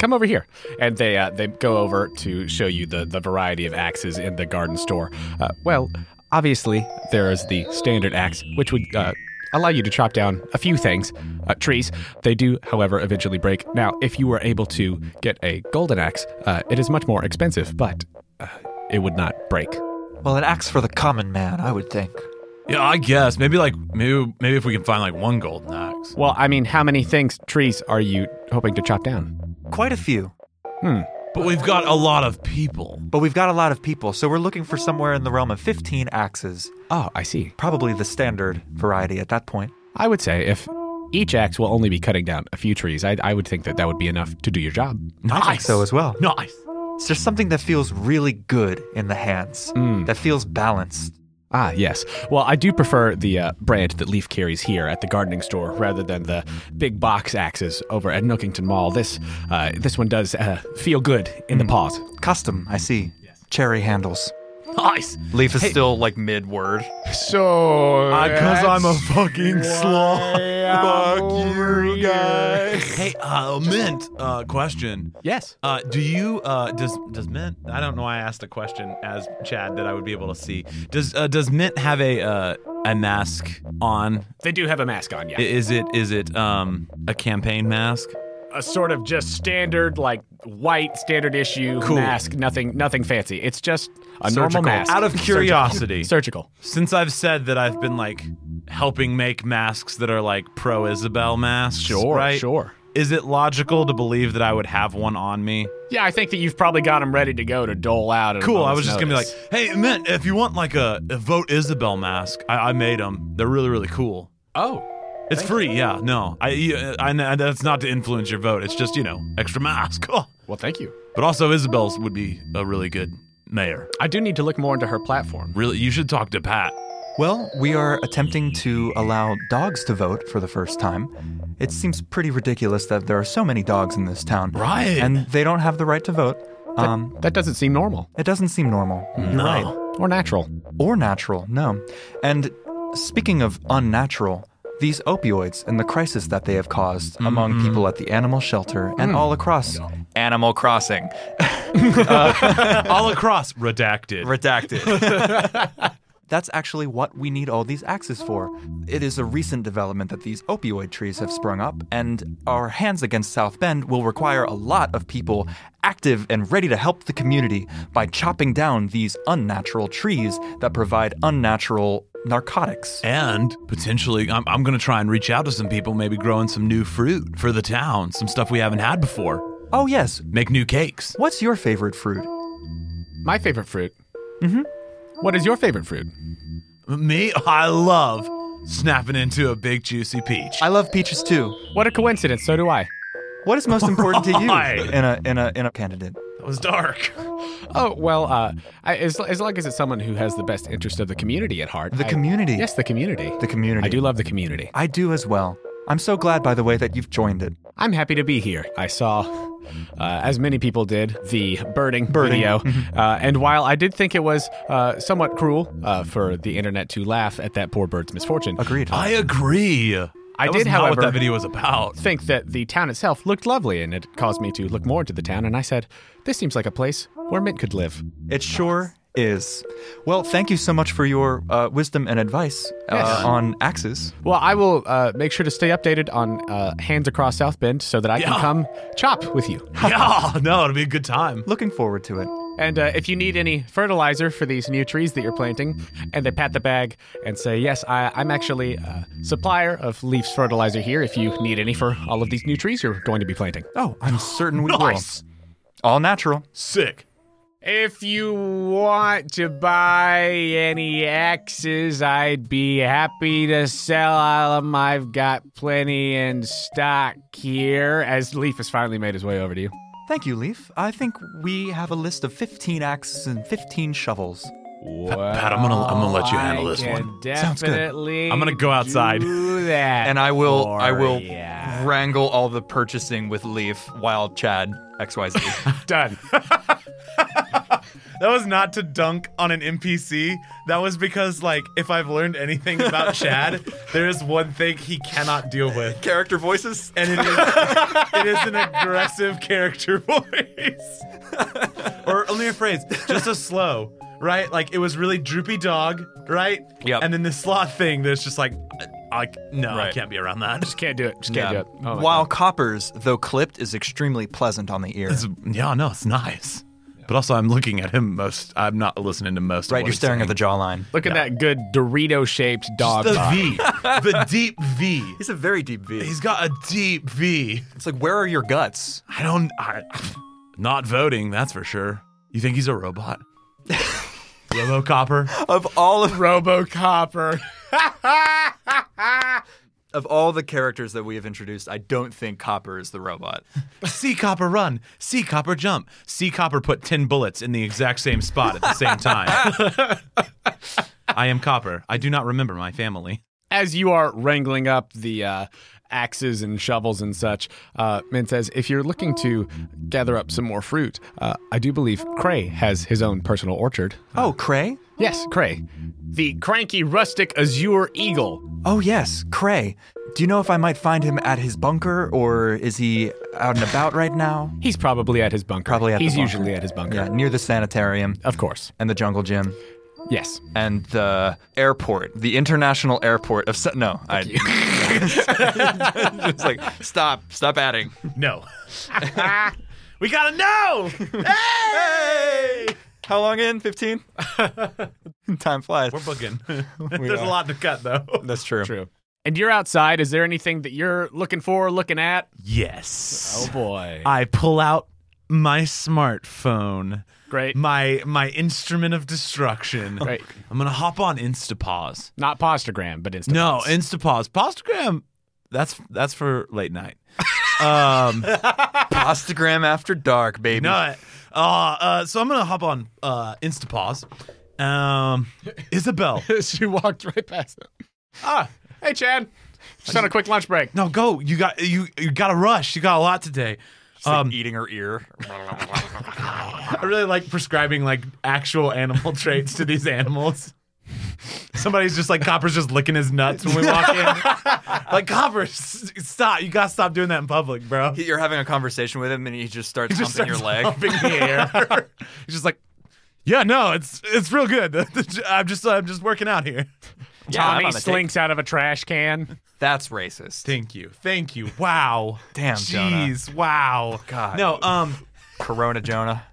[SPEAKER 1] Come over here, and they uh, they go over to show you the the variety of axes in the garden store. Uh, well, obviously there is the standard axe, which would. Uh, Allow you to chop down a few things, uh, trees. They do, however, eventually break. Now, if you were able to get a golden axe, uh, it is much more expensive, but uh, it would not break.
[SPEAKER 3] Well, an axe for the common man, I would think.
[SPEAKER 2] Yeah, I guess. Maybe like maybe maybe if we can find like one golden axe.
[SPEAKER 1] Well, I mean, how many things, trees, are you hoping to chop down?
[SPEAKER 3] Quite a few.
[SPEAKER 2] But we've got a lot of people.
[SPEAKER 3] But we've got a lot of people, so we're looking for somewhere in the realm of 15 axes,
[SPEAKER 1] Oh, I see.
[SPEAKER 3] probably the standard variety at that point.
[SPEAKER 1] I would say if each axe will only be cutting down a few trees, I, I would think that that would be enough to do your job.
[SPEAKER 3] I think so as well.
[SPEAKER 2] Nice.
[SPEAKER 3] It's just something that feels really good in the hands,
[SPEAKER 2] Mm.
[SPEAKER 3] that feels balanced.
[SPEAKER 1] Ah, yes. Well, I do prefer the uh, brand that Leaf carries here at the gardening store rather than the big box axes over at Nookington Mall. This uh, this one does uh, feel good in the paws.
[SPEAKER 3] Custom, I see. Cherry handles.
[SPEAKER 1] Nice.
[SPEAKER 3] Leaf is still like mid word.
[SPEAKER 1] So,
[SPEAKER 3] Because I'm a fucking sloth.
[SPEAKER 1] Fuck you guys.
[SPEAKER 2] Hey, uh, Mint, uh, question.
[SPEAKER 1] Yes.
[SPEAKER 2] Uh, do you uh, does does Mint? I don't know. I asked a question as Chad that I would be able to see. Does uh, does Mint have a uh, a mask on?
[SPEAKER 1] They do have a mask on, yeah.
[SPEAKER 2] I- Is it is it um a campaign mask?
[SPEAKER 1] a sort of just standard, like white standard issue mask. Nothing, nothing fancy. It's just a normal
[SPEAKER 2] Surgical.
[SPEAKER 1] mask.
[SPEAKER 2] Out of curiosity,
[SPEAKER 1] surgical.
[SPEAKER 2] since I've said that I've been like helping make masks that are like pro Isabel masks,
[SPEAKER 1] Sure,
[SPEAKER 2] right?
[SPEAKER 1] sure.
[SPEAKER 2] Is it logical to believe that I would have one on me?
[SPEAKER 1] Yeah, I think that you've probably got them ready to go to dole out. At a
[SPEAKER 2] Cool. I
[SPEAKER 1] moment's
[SPEAKER 2] was just gonna be like,
[SPEAKER 1] notice.
[SPEAKER 2] hey, Mint, if you want like a, a vote Isabel mask, I, I made them. They're really really cool.
[SPEAKER 1] oh,
[SPEAKER 2] It's free, yeah. No, I, you- I, I, that's not to influence your vote. It's just you know, extra mask. Oh.
[SPEAKER 1] well, thank you.
[SPEAKER 2] But also, Isabel's would be a really good mayor.
[SPEAKER 1] I do need to look more into her platform.
[SPEAKER 2] Really, you should talk to Pat.
[SPEAKER 3] Well, we are attempting to allow dogs to vote for the first time. It seems pretty ridiculous that there are so many dogs in this town.
[SPEAKER 2] Right.
[SPEAKER 3] And they don't have the right to vote. Um,
[SPEAKER 1] That doesn't seem normal
[SPEAKER 3] it doesn't seem normal.
[SPEAKER 2] No.
[SPEAKER 1] or natural.
[SPEAKER 3] Or natural, no. And speaking of unnatural, these opioids and the crisis that they have caused among people at the animal shelter and all across Mm-hmm. Hmm. Animal Crossing.
[SPEAKER 2] All across, redacted.
[SPEAKER 3] Redacted. That's actually what we need all these axes for. It is a recent development that these opioid trees have sprung up, and our hands against South Bend will require a lot of people active and ready to help the community by chopping down these unnatural trees that provide unnatural narcotics.
[SPEAKER 2] and potentially, I'm, I'm going to try and reach out to some people, maybe growing some new fruit for the town, some stuff we haven't had before.
[SPEAKER 3] Oh, yes.
[SPEAKER 2] Make new cakes.
[SPEAKER 3] What's your favorite fruit?
[SPEAKER 1] My favorite fruit. Mm-hmm. What is your favorite fruit?
[SPEAKER 2] Me, I love snapping into a big juicy peach.
[SPEAKER 3] I love peaches too.
[SPEAKER 1] What a coincidence. So do I.
[SPEAKER 3] What is most important to you
[SPEAKER 2] Right.
[SPEAKER 3] in a in a in a candidate?
[SPEAKER 2] that was dark.
[SPEAKER 1] Oh well, uh, I, as as long as it's someone who has the best interest of the community at heart.
[SPEAKER 3] The
[SPEAKER 1] I-
[SPEAKER 3] community.
[SPEAKER 1] Yes, the community.
[SPEAKER 3] The community.
[SPEAKER 1] I do love the community.
[SPEAKER 3] I do as well. I'm so glad, by the way, that you've joined it.
[SPEAKER 1] I'm happy to be here. I saw, uh, as many people did, the birding, video.
[SPEAKER 3] Mm-hmm.
[SPEAKER 1] Uh, and while I did think it was uh, somewhat cruel uh, for the internet to laugh at that poor bird's misfortune,
[SPEAKER 3] Agreed.
[SPEAKER 2] I agree. I
[SPEAKER 1] did,
[SPEAKER 2] what
[SPEAKER 1] however-
[SPEAKER 2] that video was about.
[SPEAKER 1] think that the town itself looked lovely and it caused me to look more into the town. And I said, this seems like a place where Mint could live.
[SPEAKER 3] It sure is. Well, thank you so much for your uh, wisdom and advice uh,
[SPEAKER 1] Yes.
[SPEAKER 3] on axes.
[SPEAKER 1] Well, I will uh, make sure to stay updated on uh, Hands Across South Bend so that I
[SPEAKER 2] Yeah.
[SPEAKER 1] can come chop with you.
[SPEAKER 2] yeah, no, it'll be a good time.
[SPEAKER 3] Looking forward to it.
[SPEAKER 1] And uh, if you need any fertilizer for these new trees that you're planting, and they pat the bag and say, Yes, I, I'm actually a supplier of Leaf's fertilizer here if you need any for all of these new trees you're going to be planting.
[SPEAKER 3] Oh, I'm certain we
[SPEAKER 2] Nice.
[SPEAKER 3] will. All natural.
[SPEAKER 2] Sick.
[SPEAKER 1] If you want to buy any axes, I'd be happy to sell all of them. I've got plenty in stock here. As Leaf has finally made his way over to you.
[SPEAKER 3] Thank you, Leaf. I think we have a list of 15 axes and 15 shovels.
[SPEAKER 2] Pat, I'm gonna- I'm gonna let you handle this one.
[SPEAKER 3] Sounds good.
[SPEAKER 1] Definitely.
[SPEAKER 2] I'm gonna go outside.
[SPEAKER 1] do that
[SPEAKER 3] And I will I
[SPEAKER 1] for
[SPEAKER 3] will
[SPEAKER 1] ya.
[SPEAKER 3] wrangle all the purchasing with Leaf while Chad XYZ.
[SPEAKER 1] Done.
[SPEAKER 2] That was not to dunk on an NPC. That was because, like, if I've learned anything about Chad, there is one thing he cannot deal with,
[SPEAKER 3] Character voices?
[SPEAKER 2] and it is, it is an aggressive character voice. or let me rephrase, just a slow, right? Like it was really droopy dog, right?
[SPEAKER 3] Yep.
[SPEAKER 2] And then the sloth thing that's just like, I, I- no, I
[SPEAKER 3] Right.
[SPEAKER 2] can't be around that.
[SPEAKER 1] Just can't do it. Just can't do it. Oh my
[SPEAKER 3] While coppers, though clipped, is extremely pleasant on the ear.
[SPEAKER 2] yeah, no, it's nice. But also, I'm looking at him most. I'm not listening to most.
[SPEAKER 3] right, you're staring at the jawline.
[SPEAKER 1] Look at that good Dorito shaped dog.
[SPEAKER 2] the
[SPEAKER 1] body.
[SPEAKER 2] V, the deep V.
[SPEAKER 3] He's a very deep V.
[SPEAKER 2] He's got a deep V.
[SPEAKER 3] It's like, where are your guts?
[SPEAKER 2] I don't. I, not voting, that's for sure. You think he's a robot? Robocopper?
[SPEAKER 3] Of all of
[SPEAKER 1] Robocopper.
[SPEAKER 3] of all the characters that we have introduced, I don't think Copper is the robot.
[SPEAKER 2] See Copper run. See Copper jump. See Copper put 10 bullets in the exact same spot at the same time. I am Copper. I do not remember my family.
[SPEAKER 1] As you are wrangling up the uh, axes and shovels and such. Uh, Min says, if you're looking to gather up some more fruit, uh, I do believe Cray has his own personal orchard.
[SPEAKER 3] Oh, Cray?
[SPEAKER 1] Yes, Cray. The cranky, rustic azure eagle.
[SPEAKER 3] Oh, yes, Cray. Do you know if I might find him at his bunker or is he out and about right now?
[SPEAKER 1] He's probably at his bunker.
[SPEAKER 3] Probably at the
[SPEAKER 1] He's
[SPEAKER 3] bunker.
[SPEAKER 1] usually at his bunker.
[SPEAKER 3] Yeah, near the sanitarium
[SPEAKER 1] Of course.
[SPEAKER 3] and the jungle gym
[SPEAKER 1] Yes.
[SPEAKER 3] and the airport, the international airport of. Sa- no, I. it's like, stop, stop adding.
[SPEAKER 2] No. we gotta know.
[SPEAKER 3] Hey! How long in? 15? Time flies.
[SPEAKER 2] We're booking.
[SPEAKER 3] We
[SPEAKER 2] There's
[SPEAKER 3] are.
[SPEAKER 2] a lot to cut though.
[SPEAKER 3] That's true.
[SPEAKER 1] True. And you're outside. Is there anything that you're looking for, looking at?
[SPEAKER 2] Yes.
[SPEAKER 1] boy.
[SPEAKER 2] I pull out my smartphone.
[SPEAKER 1] Great.
[SPEAKER 2] My my instrument of destruction.
[SPEAKER 1] Great.
[SPEAKER 2] I'm gonna hop on Instapause.
[SPEAKER 1] Not postagram, but Instagram.
[SPEAKER 2] No, Instapause. Postagram. That's that's for late night. Um,
[SPEAKER 3] Postagram after dark, baby.
[SPEAKER 2] no. Uh, uh, so I'm gonna hop on uh, Instapause. Um, Isabel.
[SPEAKER 1] she walked right past him.
[SPEAKER 2] ah,
[SPEAKER 1] Hey, Chad. Just on a quick lunch break.
[SPEAKER 2] no, go. You got you you got to rush. You got a lot today. Um,
[SPEAKER 3] eating her ear.
[SPEAKER 2] I really like prescribing like actual animal traits to these animals. Somebody's just like Copper's just licking his nuts when we walk in. like Copper, s- stop! You gotta stop doing that in public, bro. He
[SPEAKER 3] You're having a conversation with him, and he just starts
[SPEAKER 2] just
[SPEAKER 3] humping your leg.
[SPEAKER 2] starts humping the air. He's just like, yeah, no, it's it's real good. I'm just I'm just working out here.
[SPEAKER 3] Yeah, I'm
[SPEAKER 1] Tommy
[SPEAKER 3] on the
[SPEAKER 1] slinks out of a trash can.
[SPEAKER 3] take. That's racist.
[SPEAKER 2] Thank you, thank you. Wow,
[SPEAKER 3] Damn, Jonah.
[SPEAKER 2] jeez, wow,
[SPEAKER 3] God.
[SPEAKER 2] No, um,
[SPEAKER 3] Corona Jonah.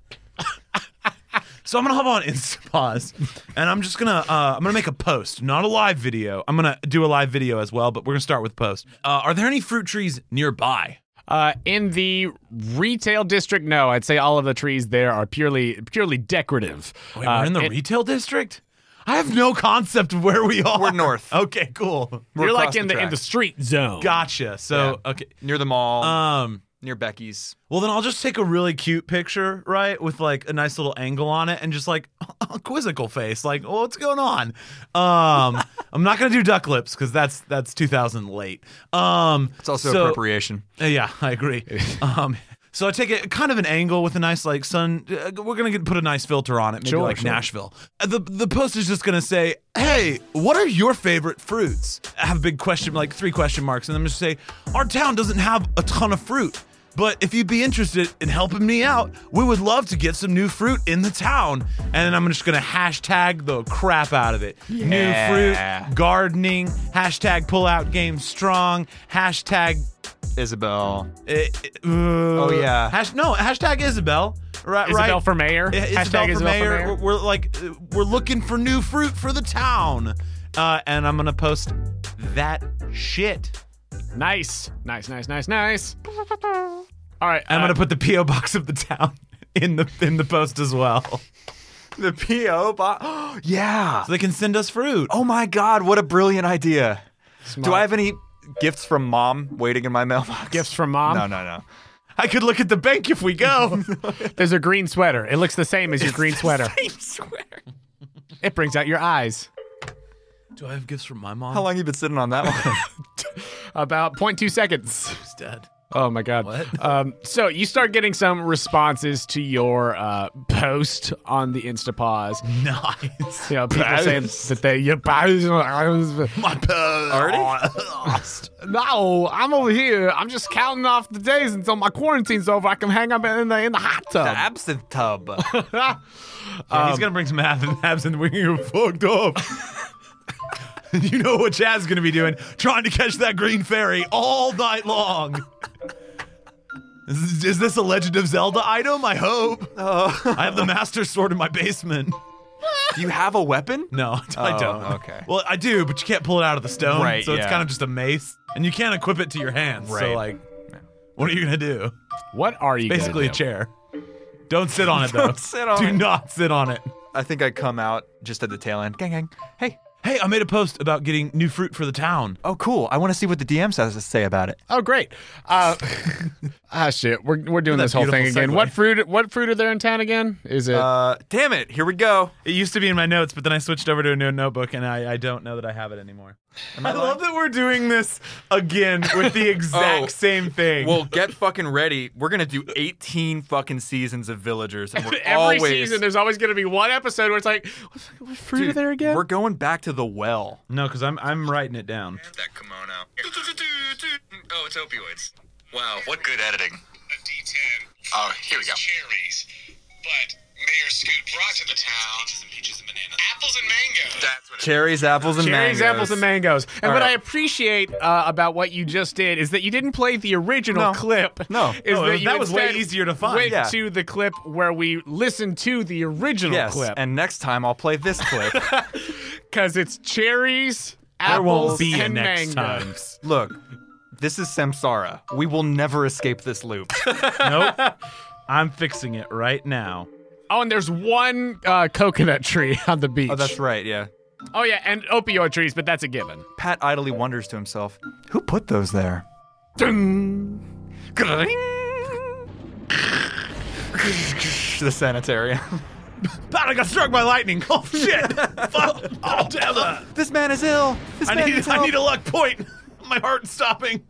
[SPEAKER 2] So I'm gonna hop on Instapause, and I'm just gonna uh, I'm gonna make a post, not a live video. I'm gonna do a live video as well, but we're gonna start with post. Uh, are there any fruit trees nearby?
[SPEAKER 1] Uh, in the retail district, no. I'd say all of the trees there are purely purely decorative.
[SPEAKER 2] Wait,
[SPEAKER 1] Uh,
[SPEAKER 2] we're in the
[SPEAKER 1] and
[SPEAKER 2] retail district. I have no concept of where we are.
[SPEAKER 3] We're north.
[SPEAKER 2] Okay, cool.
[SPEAKER 1] you're like
[SPEAKER 3] across
[SPEAKER 1] in
[SPEAKER 3] the
[SPEAKER 1] the, in
[SPEAKER 3] track.
[SPEAKER 1] the street zone.
[SPEAKER 2] Gotcha. So okay.
[SPEAKER 3] Near the mall,
[SPEAKER 2] Um.
[SPEAKER 3] near Becky's.
[SPEAKER 2] Well, then I'll just take a really cute picture, right, with like a nice little angle on it, and just like a quizzical face, like "Oh, what's going on. Um, I'm not gonna do duck lips because that's that's 2000 late. Um,
[SPEAKER 3] It's also
[SPEAKER 2] so-
[SPEAKER 3] appropriation.
[SPEAKER 2] Uh, Yeah, I agree. um, so I take it kind of an angle with a nice like sun. Uh, we're gonna get, put a nice filter on it, maybe
[SPEAKER 1] Sure,
[SPEAKER 2] like
[SPEAKER 1] sure.
[SPEAKER 2] Nashville. Uh, the the post is just gonna say, "Hey, what are your favorite fruits?" I have a big question, like three question marks, and I'm just say, "Our town doesn't have a ton of fruit." But if you'd be interested in helping me out, we would love to get some new fruit in the town. And then I'm just gonna hashtag the crap out of it. New
[SPEAKER 3] Yeah.
[SPEAKER 2] fruit, gardening, hashtag pull out game strong, hashtag
[SPEAKER 3] Isabel.
[SPEAKER 2] it- it- oh
[SPEAKER 3] yeah.
[SPEAKER 2] Hash, no. Hashtag Isabel. Right.
[SPEAKER 1] Isabel
[SPEAKER 2] right.
[SPEAKER 1] for mayor.
[SPEAKER 2] I- Isabel
[SPEAKER 1] Hashtag
[SPEAKER 2] for
[SPEAKER 1] Isabel for
[SPEAKER 2] mayor.
[SPEAKER 1] mayor.
[SPEAKER 2] We're, we're like uh, we're looking for new fruit for the town, uh, and I'm gonna post that shit.
[SPEAKER 1] Nice, nice, nice, nice, nice. All right,
[SPEAKER 2] I'm
[SPEAKER 1] uh,
[SPEAKER 2] gonna put the PO box of the town in the in the post as well,
[SPEAKER 3] The P.O. box. yeah.
[SPEAKER 2] so they can send us fruit.
[SPEAKER 3] Oh my God, what a brilliant idea. Do
[SPEAKER 1] Smart.
[SPEAKER 3] I have any gifts from mom waiting in my mailbox?
[SPEAKER 1] gifts from mom.
[SPEAKER 3] No, no, no.
[SPEAKER 2] I could look at the bank if we go.
[SPEAKER 1] There's a green sweater. It looks the same as your green sweater. It brings out your eyes.
[SPEAKER 2] Do I have gifts from my mom?
[SPEAKER 3] How long you been sitting on that one?
[SPEAKER 1] About 0.2 seconds.
[SPEAKER 2] She's dead.
[SPEAKER 1] Oh my god.
[SPEAKER 2] What?
[SPEAKER 1] Um, so you start getting some responses to your uh, post on the Instapause.
[SPEAKER 2] Nice.
[SPEAKER 1] You know, people saying that they your post.
[SPEAKER 2] My post. Already?
[SPEAKER 1] No, I'm over here. I'm just counting off the days until my quarantine's over. I can hang up in the in the hot tub.
[SPEAKER 3] Absinthe tub.
[SPEAKER 2] Yeah,
[SPEAKER 3] Um,
[SPEAKER 2] he's gonna bring some abs and abs and we're gonna get fucked up. you know what Chad's gonna be doing? Trying to catch that green fairy all night long. Is, is this a Legend of Zelda item? I hope.
[SPEAKER 3] Oh.
[SPEAKER 2] I have the Master Sword in my basement.
[SPEAKER 3] Do you have a weapon?
[SPEAKER 2] No, I don't.
[SPEAKER 3] Oh, okay.
[SPEAKER 2] Well, I do, but you can't pull it out of the stone,
[SPEAKER 3] Right,
[SPEAKER 2] so it's
[SPEAKER 3] yeah.
[SPEAKER 2] kind of just a mace, and you can't equip it to your hands. So
[SPEAKER 3] Right.
[SPEAKER 2] like, what are you gonna do?
[SPEAKER 1] What are you? gonna
[SPEAKER 2] Basically, a
[SPEAKER 1] do?
[SPEAKER 2] chair. Don't sit on it though.
[SPEAKER 3] Don't sit on
[SPEAKER 2] do
[SPEAKER 3] it.
[SPEAKER 2] not sit on it.
[SPEAKER 3] I think I come out just at the tail end. Gang, gang. Hey,
[SPEAKER 2] hey, I made a post about getting new fruit for the town.
[SPEAKER 3] Oh, cool. I want to see what the DM has to say about it.
[SPEAKER 1] Oh, great. Uh, ah, shit. We're, we're doing
[SPEAKER 2] That
[SPEAKER 1] this whole thing
[SPEAKER 2] beautiful
[SPEAKER 1] again.
[SPEAKER 2] segue.
[SPEAKER 1] What fruit? What fruit are there in town again? Is it?
[SPEAKER 3] Uh, damn it. Here we go.
[SPEAKER 2] It used to be in my notes, but then I switched over to a new notebook, and I, I don't know that I have it anymore. I love that we're doing this again with the exact
[SPEAKER 3] Oh.
[SPEAKER 2] same thing.
[SPEAKER 3] Well, get fucking ready. We're gonna do 18 fucking seasons of Villagers, and we're
[SPEAKER 1] Every
[SPEAKER 3] always
[SPEAKER 1] season, there's always going to be one episode where it's like, what, what fruit are
[SPEAKER 3] Dude,
[SPEAKER 1] there again?
[SPEAKER 3] We're going back to the well.
[SPEAKER 2] no, because I'm I'm writing it down.
[SPEAKER 5] that kimono. Oh, it's opioids. Wow, what good editing.
[SPEAKER 6] a D10.
[SPEAKER 5] Oh, here we go.
[SPEAKER 6] Cherries, but Mayor Scoot brought to the town peaches and bananas, apples and mangoes.
[SPEAKER 5] That's what it
[SPEAKER 3] Cherries, apples, and
[SPEAKER 1] Cherries,
[SPEAKER 3] mangoes.
[SPEAKER 1] apples, and mangoes. And
[SPEAKER 3] All
[SPEAKER 1] what I
[SPEAKER 3] right.
[SPEAKER 1] appreciate uh, about what you just did is that you didn't play the original
[SPEAKER 3] No.
[SPEAKER 1] clip.
[SPEAKER 3] No.
[SPEAKER 1] is
[SPEAKER 2] No, it
[SPEAKER 1] that,
[SPEAKER 2] was-
[SPEAKER 1] you
[SPEAKER 2] that was way
[SPEAKER 1] instead
[SPEAKER 2] easier to find.
[SPEAKER 1] Went
[SPEAKER 3] Yeah.
[SPEAKER 1] to the clip where we listened to the original
[SPEAKER 3] Yes,
[SPEAKER 1] clip
[SPEAKER 3] and next time I'll play this clip.
[SPEAKER 1] because it's cherries, apples,
[SPEAKER 2] There won't be a
[SPEAKER 1] and
[SPEAKER 2] next time.
[SPEAKER 1] mangoes.
[SPEAKER 3] Look, this is Samsara. We will never escape this loop.
[SPEAKER 2] nope. I'm fixing it right now.
[SPEAKER 1] Oh, and there's one uh, coconut tree on the beach.
[SPEAKER 3] oh, that's right. Yeah.
[SPEAKER 1] Oh, yeah, and opioid trees, but that's a given.
[SPEAKER 3] Pat idly wonders to himself, "Who put those there?" the sanitarium.
[SPEAKER 2] Pat, I got struck by lightning. Oh shit! Fuck! Oh damn it.
[SPEAKER 3] this man is ill. This
[SPEAKER 2] I
[SPEAKER 3] man
[SPEAKER 2] need
[SPEAKER 3] needs
[SPEAKER 2] I
[SPEAKER 3] help.
[SPEAKER 2] need a luck point. My heart's stopping.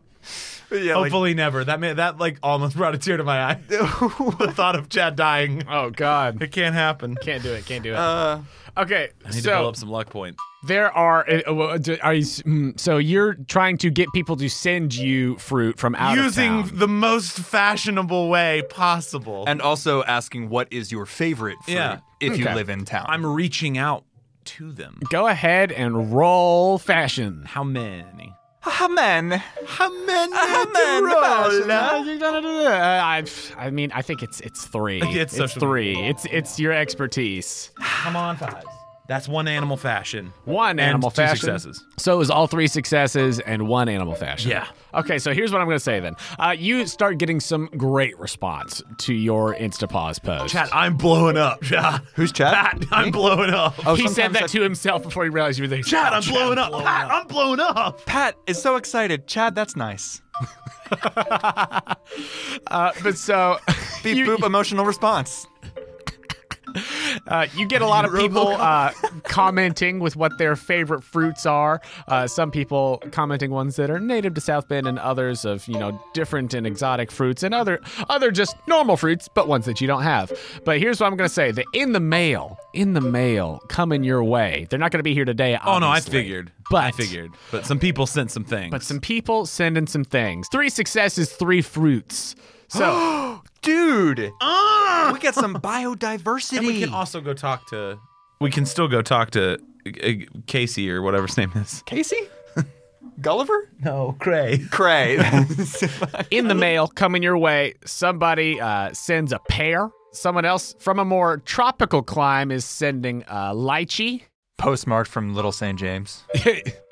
[SPEAKER 3] Yeah, like-
[SPEAKER 2] Hopefully never. That may, that like almost brought a tear to my eye. the thought of Chad dying.
[SPEAKER 1] Oh, God.
[SPEAKER 2] It can't happen.
[SPEAKER 1] Can't do it. Can't do it.
[SPEAKER 3] uh,
[SPEAKER 1] okay,
[SPEAKER 2] I need
[SPEAKER 1] so
[SPEAKER 2] to build up some luck points.
[SPEAKER 1] There are. uh, uh, well, d- Are you, s- mm, so you're trying to get people to send you fruit from out
[SPEAKER 2] Using
[SPEAKER 1] of town.
[SPEAKER 2] the most fashionable way possible.
[SPEAKER 3] and also asking what is your favorite fruit
[SPEAKER 2] Yeah.
[SPEAKER 3] if you
[SPEAKER 1] Okay.
[SPEAKER 3] live in town.
[SPEAKER 2] I'm reaching out to them.
[SPEAKER 1] Go ahead and roll fashion.
[SPEAKER 2] How many?
[SPEAKER 3] Ah, man.
[SPEAKER 2] How
[SPEAKER 3] man,
[SPEAKER 2] many?
[SPEAKER 3] fashion, huh?
[SPEAKER 1] Uh, I, I mean, I think it's it's three.
[SPEAKER 2] It's social
[SPEAKER 1] three. It's it's your expertise.
[SPEAKER 2] Come on, fives. That's one animal fashion.
[SPEAKER 1] One animal
[SPEAKER 2] two
[SPEAKER 1] fashion.
[SPEAKER 2] successes.
[SPEAKER 1] So it was all three successes and one animal fashion.
[SPEAKER 2] Yeah.
[SPEAKER 1] Okay, so here's what I'm going to say then. Uh, you start getting some great response to your Instapause post.
[SPEAKER 2] Chad, I'm blowing up. Chad.
[SPEAKER 3] Who's Chad?
[SPEAKER 2] Pat, I'm blowing up.
[SPEAKER 3] Oh,
[SPEAKER 1] he said
[SPEAKER 3] sometimes
[SPEAKER 1] that
[SPEAKER 3] I-
[SPEAKER 1] to himself before he realized you were there.
[SPEAKER 2] Chad, I'm blowing up. Pat, I'm blowing up.
[SPEAKER 3] Pat is so excited. Chad, that's nice.
[SPEAKER 1] Uh, but so
[SPEAKER 3] Beep
[SPEAKER 1] you,
[SPEAKER 3] boop emotional response.
[SPEAKER 1] uh, you get a lot of people uh, commenting with what their favorite fruits are. Uh, some people commenting ones that are native to South Bend, and others of you know different and exotic fruits, and other other just normal fruits, but ones that you don't have. But here's what I'm gonna say: that in the mail, in the mail, coming your way. They're not gonna be here today.
[SPEAKER 2] Oh no, I
[SPEAKER 1] obviously.
[SPEAKER 2] figured.
[SPEAKER 1] But
[SPEAKER 2] I figured. But some people sent some things.
[SPEAKER 1] But some people sending some things. Three successes, three fruits. So
[SPEAKER 3] Dude. we got some biodiversity.
[SPEAKER 2] Ah! and we can also go talk to. We can still go talk to uh, uh, Casey or whatever his name is.
[SPEAKER 3] Casey? Gulliver?
[SPEAKER 2] No, Cray.
[SPEAKER 3] Cray.
[SPEAKER 1] in the mail coming your way, somebody uh, sends a pear. Someone else from a more tropical clime is sending uh, lychee.
[SPEAKER 3] Postmarked from Little St. James.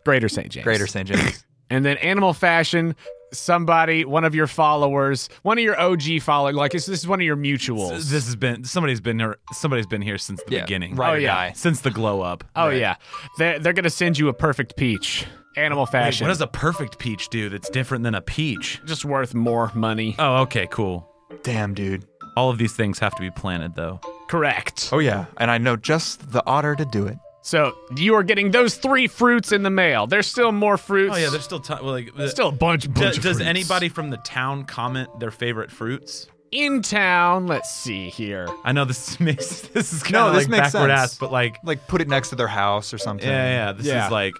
[SPEAKER 1] Greater St. James.
[SPEAKER 3] Greater St. James.
[SPEAKER 1] And then animal fashion. Somebody, one of your followers, one of your OG followers, like this, this is one of your mutuals.
[SPEAKER 2] This has been somebody's been here. Somebody's been here since the
[SPEAKER 3] Yeah,
[SPEAKER 2] beginning.
[SPEAKER 3] ride
[SPEAKER 1] or Oh, yeah. die.
[SPEAKER 2] Since the glow up.
[SPEAKER 1] oh yeah, they're, they're gonna send you a perfect peach. Animal
[SPEAKER 2] Wait,
[SPEAKER 1] fashion.
[SPEAKER 2] what does a perfect peach do that's different than a peach?
[SPEAKER 1] just worth more money?
[SPEAKER 2] Oh, okay, cool.
[SPEAKER 3] Damn, dude.
[SPEAKER 2] All of these things have to be planted, though.
[SPEAKER 1] Correct.
[SPEAKER 3] Oh, yeah. And I know just the otter to do it.
[SPEAKER 1] So you are getting those three fruits in the mail. There's still more fruits.
[SPEAKER 2] Oh yeah, there's still time. Like, the-
[SPEAKER 1] still a bunch.
[SPEAKER 2] Do-
[SPEAKER 1] bunch of
[SPEAKER 2] does
[SPEAKER 1] fruits.
[SPEAKER 2] anybody from the town comment their favorite fruits?
[SPEAKER 1] in town? Let's see here.
[SPEAKER 2] I know this makes this is kind
[SPEAKER 3] No,
[SPEAKER 2] of
[SPEAKER 3] this
[SPEAKER 2] like
[SPEAKER 3] makes
[SPEAKER 2] backward
[SPEAKER 3] sense.
[SPEAKER 2] ass, but like,
[SPEAKER 3] Like, put it next to their house or something.
[SPEAKER 2] yeah, yeah, this
[SPEAKER 1] Yeah.
[SPEAKER 2] is like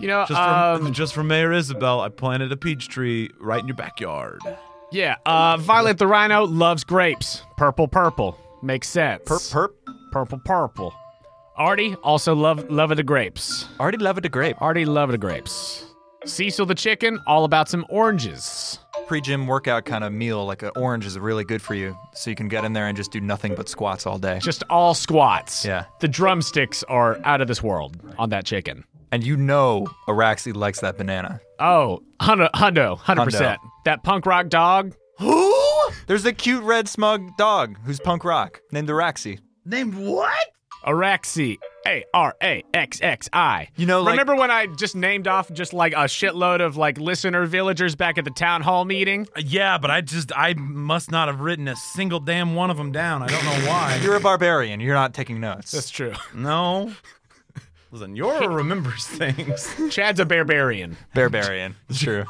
[SPEAKER 1] You know,
[SPEAKER 2] just from
[SPEAKER 1] um,
[SPEAKER 2] just from Mayor Isabel. I planted a peach tree right in your backyard.
[SPEAKER 1] yeah. Uh, Violet the Rhino loves grapes. Purple, purple makes sense.
[SPEAKER 3] Perp,
[SPEAKER 1] purple, purple. Artie also love love of the grapes.
[SPEAKER 3] perp. Already love it to grape.
[SPEAKER 1] Artie love of the grapes. Cecil the chicken, all about some oranges.
[SPEAKER 3] Pre gym workout kind of meal, like an orange is really good for you. So you can get in there and just do nothing but squats all day.
[SPEAKER 1] Just all squats.
[SPEAKER 3] Yeah.
[SPEAKER 1] The drumsticks are out of this world on that chicken.
[SPEAKER 3] And you know Araxi likes that banana.
[SPEAKER 1] Oh, hundo, hundo, hundred percent. That punk rock dog.
[SPEAKER 3] Who? There's a cute red smug dog who's punk rock named Araxi.
[SPEAKER 2] Named what?
[SPEAKER 1] Araxi. A R A X X I.
[SPEAKER 3] You know, like-
[SPEAKER 1] remember when I just named off just like a shitload of like listener villagers back at the town hall meeting?
[SPEAKER 2] Yeah, but I just I must not have written a single damn one of them down. I don't know why.
[SPEAKER 3] You're a barbarian. You're not taking notes.
[SPEAKER 1] That's true.
[SPEAKER 2] no. Listen, Yora remembers things.
[SPEAKER 1] Chad's a barbarian.
[SPEAKER 3] barbarian. It's true.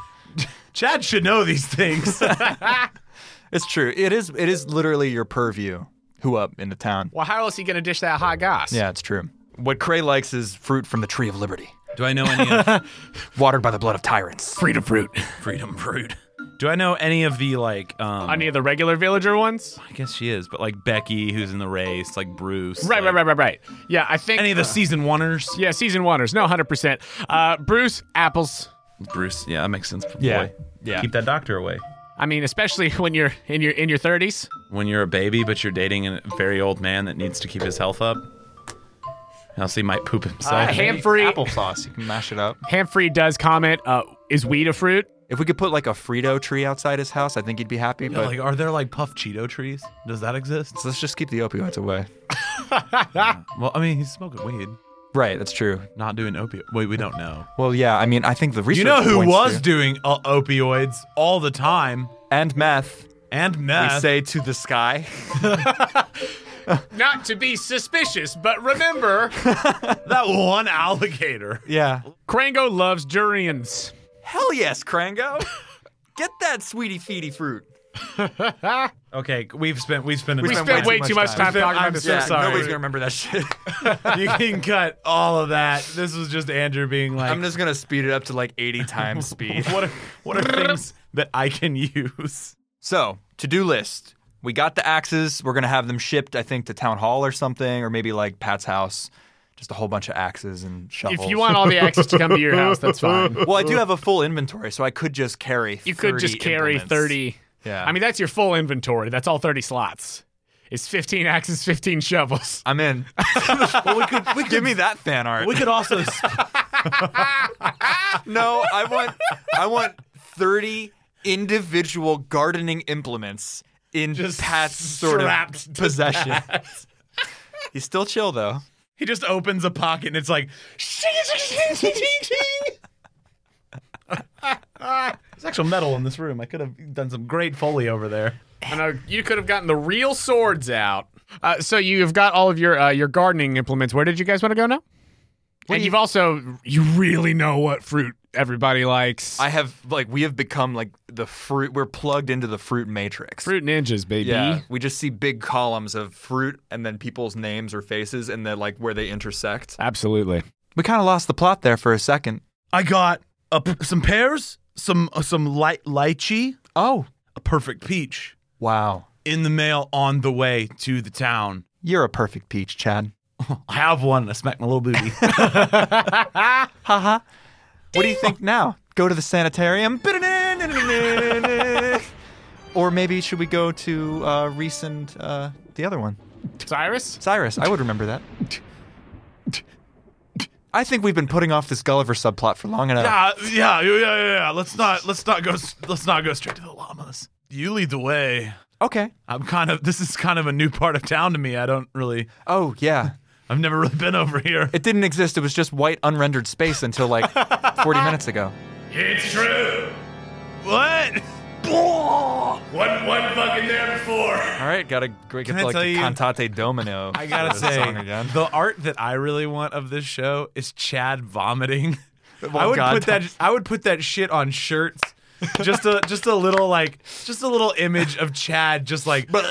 [SPEAKER 2] Chad should know these things.
[SPEAKER 3] It's true. It is. It is literally your purview. Who up into town?
[SPEAKER 1] Well, how else he gonna dish that hot goss?
[SPEAKER 3] Yeah, it's true. What Cray likes is fruit from the tree of liberty,
[SPEAKER 2] Do I know any of
[SPEAKER 3] watered by the blood of tyrants.
[SPEAKER 1] Freedom fruit.
[SPEAKER 2] Freedom Brood? Do I know any of the like um
[SPEAKER 1] Any of the regular villager ones?
[SPEAKER 2] I guess she is, but like Becky who's in the race, like Bruce.
[SPEAKER 1] Right, right,
[SPEAKER 2] like-
[SPEAKER 1] right, right, right. Yeah, I think
[SPEAKER 2] Any of the season oneers?
[SPEAKER 1] Yeah, season oneers. No, hundred percent. Uh, Bruce apples.
[SPEAKER 2] Bruce, yeah, that makes sense.
[SPEAKER 3] Yeah,
[SPEAKER 2] Boy.
[SPEAKER 3] yeah.
[SPEAKER 2] Keep that doctor away.
[SPEAKER 1] I mean, especially when you're in your in your thirties.
[SPEAKER 2] When you're a baby, but you're dating a very old man that needs to keep his health up. Else he might poop himself.
[SPEAKER 1] Uh, ham free.
[SPEAKER 3] Applesauce. You can mash it up.
[SPEAKER 1] Hamfrey does comment. Uh, is weed a fruit?
[SPEAKER 3] If we could put like a Frito tree outside his house, I think he'd be happy. But
[SPEAKER 2] like, are there like puff Cheeto trees? Does that exist?
[SPEAKER 3] let's just keep the opioids away.
[SPEAKER 2] Well, I mean, he's smoking weed,
[SPEAKER 3] Right. That's true.
[SPEAKER 2] not doing opioid. Wait, we don't know.
[SPEAKER 3] Well, yeah. I mean, I think the research.
[SPEAKER 2] You know who
[SPEAKER 3] points
[SPEAKER 2] was
[SPEAKER 3] to-
[SPEAKER 2] doing uh, opioids all the time
[SPEAKER 3] and meth.
[SPEAKER 2] and
[SPEAKER 3] We
[SPEAKER 2] meth?
[SPEAKER 3] say to the sky.
[SPEAKER 1] Not to be suspicious, but remember,
[SPEAKER 2] that one alligator.
[SPEAKER 3] Yeah.
[SPEAKER 1] Krango loves durians.
[SPEAKER 3] Hell yes, Krango. Get that sweetie feety fruit.
[SPEAKER 2] Okay, we've spent we've spent.
[SPEAKER 1] We
[SPEAKER 3] spent
[SPEAKER 1] spent way
[SPEAKER 3] way
[SPEAKER 1] too,
[SPEAKER 3] too
[SPEAKER 1] much
[SPEAKER 3] much
[SPEAKER 1] time,
[SPEAKER 3] time.
[SPEAKER 1] talking
[SPEAKER 2] I'm
[SPEAKER 1] about this.
[SPEAKER 2] so
[SPEAKER 1] I'm sorry.
[SPEAKER 3] Nobody's gonna remember that shit.
[SPEAKER 2] you can cut all of that. This was just Andrew being like,
[SPEAKER 3] I'm just gonna speed it up to like 80 times speed.
[SPEAKER 2] what are, what are things that I can use?
[SPEAKER 3] So, to do list. We got the axes. We're going to have them shipped, I think, to town hall or something, or maybe like Pat's house. Just a whole bunch of axes and shovels.
[SPEAKER 1] if you want all the axes to come to your house, that's fine.
[SPEAKER 3] Well, I do have a full inventory, so I could just carry.
[SPEAKER 1] You could just carry 30.
[SPEAKER 3] Yeah.
[SPEAKER 1] I mean, that's your full inventory. That's all 30 slots. It's 15 axes, 15 shovels.
[SPEAKER 3] I'm in. well, we could, we could give me that fan art.
[SPEAKER 2] We could also
[SPEAKER 3] no, I want, I want 30 individual gardening implements in
[SPEAKER 2] Just
[SPEAKER 3] Pat's sort
[SPEAKER 2] strapped to
[SPEAKER 3] of possession. He's still chill though.
[SPEAKER 2] He just opens a pocket and it's like, there's actual metal in this room. I could have done some great foley over there.
[SPEAKER 1] I know you could have gotten the real swords out. Uh, so you've got all of your uh, your gardening implements. Where did you guys want to go now? and you've also you really know what fruit everybody likes.
[SPEAKER 3] I have like we have become like the fruit. We're plugged into the fruit matrix.
[SPEAKER 1] fruit ninjas, baby.
[SPEAKER 3] Yeah, we just see big columns of fruit and then people's names or faces and then like where they intersect.
[SPEAKER 1] Absolutely.
[SPEAKER 3] We kind of lost the plot there for a second.
[SPEAKER 2] I got a p- some pears, some uh, some light lychee,
[SPEAKER 3] Oh,
[SPEAKER 2] a perfect peach
[SPEAKER 3] wow.
[SPEAKER 2] in the mail on the way to the town.
[SPEAKER 3] You're a perfect peach, Chad.
[SPEAKER 2] I have one. and I smack my little booty.
[SPEAKER 3] Haha. What do you think now? Go to the sanitarium? or maybe should we go to uh, recent uh, the other one?
[SPEAKER 1] Cyrus?
[SPEAKER 3] Cyrus, I would remember that. I think we've been putting off this Gulliver subplot for long enough.
[SPEAKER 2] yeah, Ah, yeah, yeah, yeah, yeah. Let's not let's not go s- let's not go straight to the llamas. You lead the way.
[SPEAKER 3] Okay.
[SPEAKER 2] I'm kind of this is kind of a new part of town to me. I don't really
[SPEAKER 3] Oh, yeah.
[SPEAKER 2] I've never really been over here.
[SPEAKER 3] It didn't exist. It was just white unrendered space until like 40 minutes ago.
[SPEAKER 4] It's true.
[SPEAKER 2] What?
[SPEAKER 4] One, one fucking there before.
[SPEAKER 3] All right, gotta get
[SPEAKER 2] Can I
[SPEAKER 3] like
[SPEAKER 2] tell
[SPEAKER 3] the
[SPEAKER 2] you-
[SPEAKER 3] cantate domino.
[SPEAKER 2] I gotta say,
[SPEAKER 3] song again.
[SPEAKER 2] the art that I really want of this show is Chad vomiting. I would
[SPEAKER 3] God.
[SPEAKER 2] put that. I would put that shit on shirts. just a just a little like just a little image of Chad just like
[SPEAKER 3] Have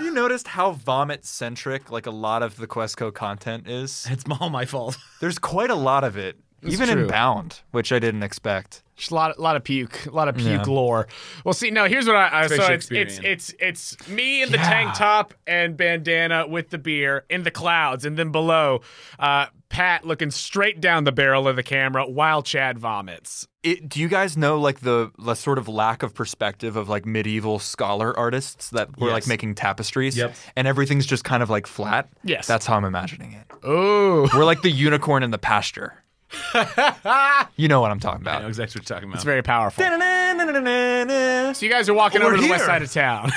[SPEAKER 3] you noticed how vomit centric like a lot of the Questco content is?
[SPEAKER 2] it's all my fault.
[SPEAKER 3] There's quite a lot of it, even
[SPEAKER 1] true.
[SPEAKER 3] in Bound, which I didn't expect.
[SPEAKER 1] Just a lot, a lot of puke, a lot of puke
[SPEAKER 3] Yeah.
[SPEAKER 1] lore. Well, see, no, here's what I. I so it's, it's
[SPEAKER 2] Shakespearean.
[SPEAKER 1] it's it's me in the tank top and bandana with the beer in the clouds, and then below, uh, Pat looking straight down the barrel of the camera while Chad vomits.
[SPEAKER 3] It, do you guys know like the, the sort of lack of perspective of like medieval scholar artists that were like
[SPEAKER 2] Yes.
[SPEAKER 3] making tapestries?
[SPEAKER 2] Yep.
[SPEAKER 3] And everything's just kind of like flat?
[SPEAKER 1] Yes.
[SPEAKER 3] That's how I'm imagining it.
[SPEAKER 1] Ooh,
[SPEAKER 3] We're like the unicorn in the pasture. you know what I'm talking
[SPEAKER 2] I know
[SPEAKER 3] about.
[SPEAKER 2] exactly what you're talking about.
[SPEAKER 1] it's very powerful. So you guys are walking
[SPEAKER 2] We're
[SPEAKER 1] over to the west
[SPEAKER 2] here.
[SPEAKER 1] side of town.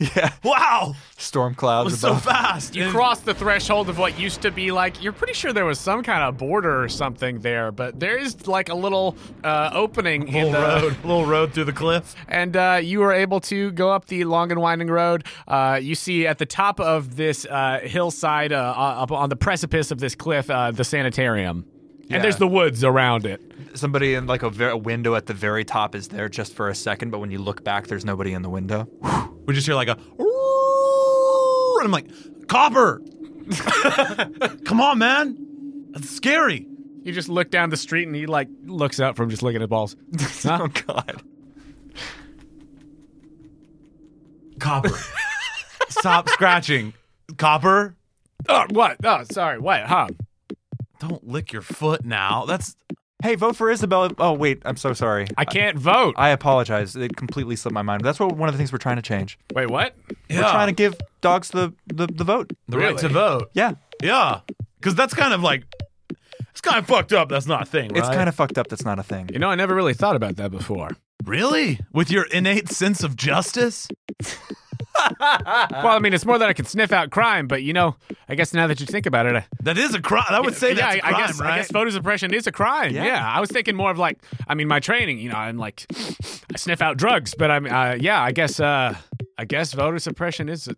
[SPEAKER 3] Yeah.
[SPEAKER 2] Wow,
[SPEAKER 3] Storm clouds
[SPEAKER 2] was so
[SPEAKER 3] above.
[SPEAKER 2] fast.
[SPEAKER 1] You
[SPEAKER 2] And-
[SPEAKER 1] cross the threshold of what used to be like, you're pretty sure there was some kind of border or something there, but there is like a little uh, opening in
[SPEAKER 2] little
[SPEAKER 1] the
[SPEAKER 2] road, little road through the cliff.
[SPEAKER 1] and uh, you are able to go up the long and winding road. Uh, you see at the top of this uh, hillside, uh, uh, up on the precipice of this cliff, uh, the sanitarium,
[SPEAKER 3] Yeah.
[SPEAKER 1] and there's the woods around it.
[SPEAKER 3] Somebody in like a, ver- a window at the very top is there just for a second, but when you look back, there's nobody in the window.
[SPEAKER 2] We just hear like a, and I'm like, copper. Come on, man, that's scary.
[SPEAKER 1] You just look down the street, and he like looks up from just looking at balls. Huh?
[SPEAKER 3] Oh God.
[SPEAKER 2] Copper, stop scratching. Copper,
[SPEAKER 1] oh, what? Oh, sorry. What? Huh?
[SPEAKER 2] don't lick your foot now. That's
[SPEAKER 3] Hey, vote for Isabel. Oh wait, I'm so sorry.
[SPEAKER 1] I can't vote.
[SPEAKER 3] I apologize. It completely slipped my mind. That's what one of the things we're trying to change.
[SPEAKER 1] Wait, what?
[SPEAKER 2] yeah.
[SPEAKER 3] We're trying to give dogs the, the, the vote.
[SPEAKER 2] the right
[SPEAKER 1] Really?
[SPEAKER 2] to vote.
[SPEAKER 3] Yeah.
[SPEAKER 2] Yeah, because that's kind of like it's kind of fucked up. That's not a thing.
[SPEAKER 3] It's kind of fucked up. That's not a thing.
[SPEAKER 1] You know, I never really thought about that before.
[SPEAKER 2] really with your innate sense of justice.
[SPEAKER 1] well, I mean, it's more that I can sniff out crime, but you know, I guess now that you think about it, I,
[SPEAKER 2] That is a crime. I would say
[SPEAKER 1] yeah,
[SPEAKER 2] that's
[SPEAKER 1] I-
[SPEAKER 2] a crime,
[SPEAKER 1] I guess
[SPEAKER 2] right?
[SPEAKER 1] I guess photo suppression is a crime.
[SPEAKER 3] Yeah.
[SPEAKER 1] Yeah. I was thinking more of like, I mean, my training. You know, I'm like, I sniff out drugs, but I'm, uh, yeah, I guess, uh, I guess voter suppression is a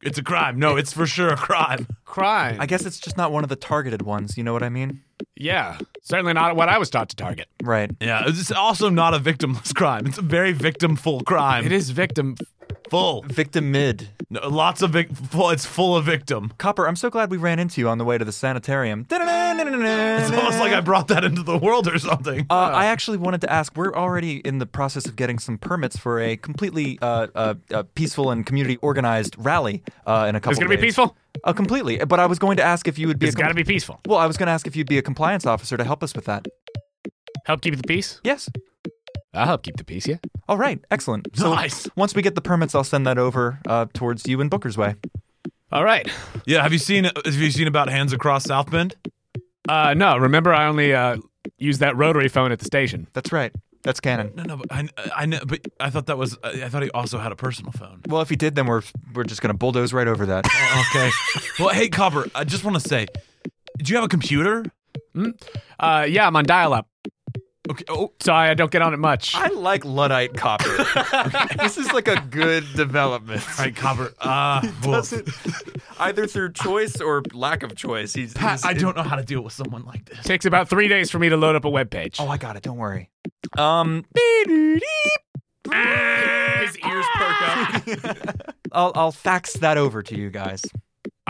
[SPEAKER 2] it's a crime. No, it's for sure a crime.
[SPEAKER 1] crime.
[SPEAKER 3] I guess it's just not one of the targeted ones. You know what I mean?
[SPEAKER 1] yeah, certainly not what I was taught to target.
[SPEAKER 3] Right.
[SPEAKER 2] Yeah, it's also not a victimless crime. It's a very victimful crime.
[SPEAKER 1] It is victim.
[SPEAKER 2] full.
[SPEAKER 3] Victim mid.
[SPEAKER 2] No, lots of vic- full. It's full of victim.
[SPEAKER 3] Copper, I'm so glad we ran into you on the way to the sanitarium.
[SPEAKER 2] It's almost like I brought that into the world or something.
[SPEAKER 3] Uh, I actually wanted to ask. We're already in the process of getting some permits for a completely uh, uh, uh, peaceful and community organized rally uh, in a couple.
[SPEAKER 1] It's gonna be
[SPEAKER 3] days.
[SPEAKER 1] peaceful?
[SPEAKER 3] Uh, completely. But I was going to ask if you would be.
[SPEAKER 1] It's
[SPEAKER 3] a
[SPEAKER 1] got to be peaceful.
[SPEAKER 3] Well, I was going to ask if you'd be a compliance officer to help us with that.
[SPEAKER 1] Help keep the peace.
[SPEAKER 3] Yes.
[SPEAKER 1] I'll help keep the peace. Yeah.
[SPEAKER 3] All right. Excellent. So
[SPEAKER 2] Nice.
[SPEAKER 3] Once we get the permits, I'll send that over uh, towards you and Booker's way.
[SPEAKER 1] All right.
[SPEAKER 2] yeah. Have you seen? Have you seen about hands across South Bend?
[SPEAKER 1] Uh, no, remember I only uh used that rotary phone at the station.
[SPEAKER 3] That's right. That's canon.
[SPEAKER 2] No, no. But I, I know. But I thought that was. I I thought he also had a personal phone.
[SPEAKER 3] Well, if he did, then we're we're just going to bulldoze right over that.
[SPEAKER 2] okay. Well, hey, Copper. I just want to say, do you have a computer?
[SPEAKER 1] Uh, yeah, I'm on dial-up.
[SPEAKER 2] Okay. Oh,
[SPEAKER 1] Sorry, I don't get on it much.
[SPEAKER 3] I like Luddite copper. this is like a good development.
[SPEAKER 2] all right, Copper. Uh, well,
[SPEAKER 3] Either through choice or lack of choice. He's,
[SPEAKER 2] Pat, I don't know how to deal with someone like this.
[SPEAKER 1] takes about three days for me to load up a web page.
[SPEAKER 3] Oh, I got it. Don't worry. Um,
[SPEAKER 1] His ears perk up.
[SPEAKER 3] I'll, I'll fax that over to you guys.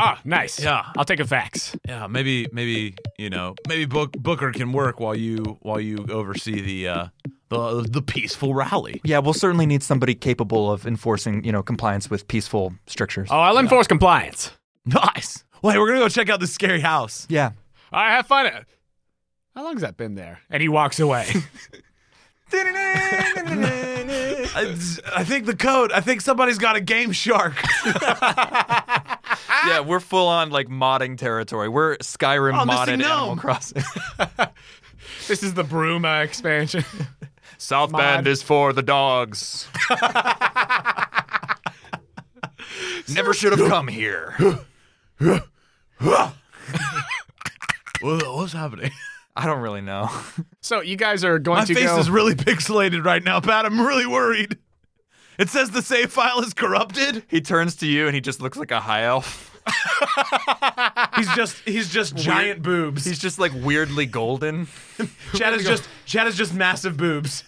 [SPEAKER 1] Ah, nice.
[SPEAKER 2] Yeah.
[SPEAKER 1] I'll take a fax.
[SPEAKER 2] Yeah, maybe, maybe you know, maybe Book, Booker can work while you while you oversee the uh, the the peaceful rally.
[SPEAKER 3] Yeah, we'll certainly need somebody capable of enforcing, you know, compliance with peaceful strictures.
[SPEAKER 1] Oh, I'll enforce compliance.
[SPEAKER 2] Nice. Well, hey, we're gonna go check out this scary house.
[SPEAKER 3] Yeah.
[SPEAKER 1] All right, have fun. How long's that been there? And he walks away.
[SPEAKER 2] I, I think the code. I think somebody's got a game shark.
[SPEAKER 3] Yeah, we're full on like modding territory. We're Skyrim
[SPEAKER 2] Oh, Mr.
[SPEAKER 3] modded Animal
[SPEAKER 2] Gnome.
[SPEAKER 3] Crossing.
[SPEAKER 1] this is the Bruma expansion.
[SPEAKER 3] South
[SPEAKER 1] Bend
[SPEAKER 3] is for the dogs. Never should have come here.
[SPEAKER 2] What- What's happening?
[SPEAKER 3] I don't really know.
[SPEAKER 1] So you guys are going
[SPEAKER 2] My
[SPEAKER 1] to
[SPEAKER 2] face
[SPEAKER 1] go.
[SPEAKER 2] is really pixelated right now, Pat. I'm really worried. It says the save file is corrupted.
[SPEAKER 3] He turns to you and he just looks like a high elf.
[SPEAKER 2] He's just he's just giant boobs.
[SPEAKER 3] He's just like weirdly golden.
[SPEAKER 2] Chad is just Chad is just massive boobs.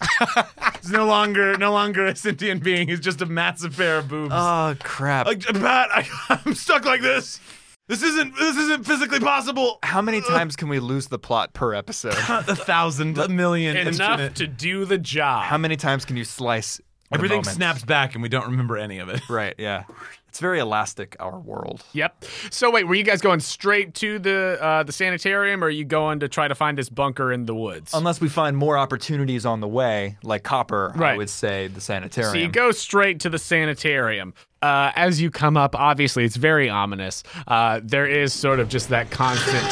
[SPEAKER 2] He's no longer no longer a sentient being. He's just a massive pair of boobs.
[SPEAKER 3] Oh crap.
[SPEAKER 2] like Pat, I, I'm stuck like this. This isn't this isn't physically possible.
[SPEAKER 3] How many times can we lose the plot per episode?
[SPEAKER 2] A thousand, a million,
[SPEAKER 1] enough to do the job.
[SPEAKER 3] How many times can you slice the
[SPEAKER 2] Everything
[SPEAKER 3] moment?
[SPEAKER 2] snaps back, and we don't remember any of it.
[SPEAKER 3] Right, yeah. It's very elastic our world.
[SPEAKER 1] Yep. So wait, were you guys going straight to the uh, the sanitarium, or are you going to try to find this bunker in the woods?
[SPEAKER 3] Unless we find more opportunities on the way, like copper, I
[SPEAKER 1] Right.
[SPEAKER 3] would say the sanitarium.
[SPEAKER 1] So you go straight to the sanitarium. Uh, as you come up, obviously it's very ominous. Uh, there is sort of just that constant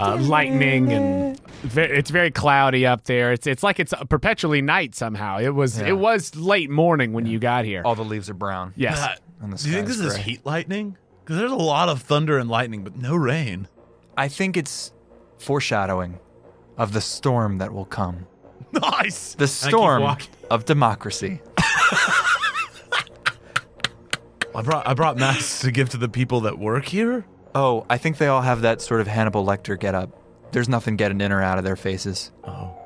[SPEAKER 1] uh, lightning, and ve- it's very cloudy up there. It's it's like it's perpetually night somehow. It was it was late morning when you got here.
[SPEAKER 3] All the leaves are brown.
[SPEAKER 1] yes.
[SPEAKER 2] Pat,
[SPEAKER 3] And the sky
[SPEAKER 2] Do you think this is
[SPEAKER 3] gray.
[SPEAKER 2] heat lightning? Because there's a lot of thunder and lightning, but no rain.
[SPEAKER 3] I think it's foreshadowing of the storm that will come.
[SPEAKER 2] Nice.
[SPEAKER 3] The
[SPEAKER 2] keep
[SPEAKER 3] storm
[SPEAKER 2] walking.
[SPEAKER 3] of democracy.
[SPEAKER 2] I brought I brought masks to give to the people that work here.
[SPEAKER 3] Oh, I think they all have that sort of Hannibal Lecter get up. There's nothing getting in or out of their faces.
[SPEAKER 2] Well,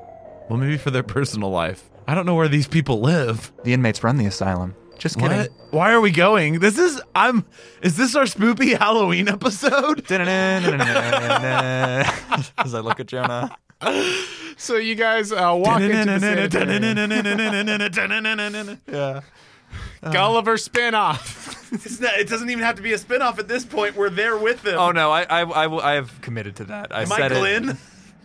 [SPEAKER 2] maybe for their personal life. I don't know where these people live.
[SPEAKER 3] The inmates run the asylum. Just kidding.
[SPEAKER 2] What? Why are we going? This is I'm. Is this our spoopy Halloween episode?
[SPEAKER 3] As I look at Jonah.
[SPEAKER 1] So you guys uh, walk into the sanitarium.
[SPEAKER 2] yeah.
[SPEAKER 1] Gulliver spinoff.
[SPEAKER 2] It's not, it doesn't even have to be a spinoff at this point. We're there with them.
[SPEAKER 3] Oh no, I I I, will- I have committed to that. I
[SPEAKER 2] Am I
[SPEAKER 3] said
[SPEAKER 2] Glenn?
[SPEAKER 3] it.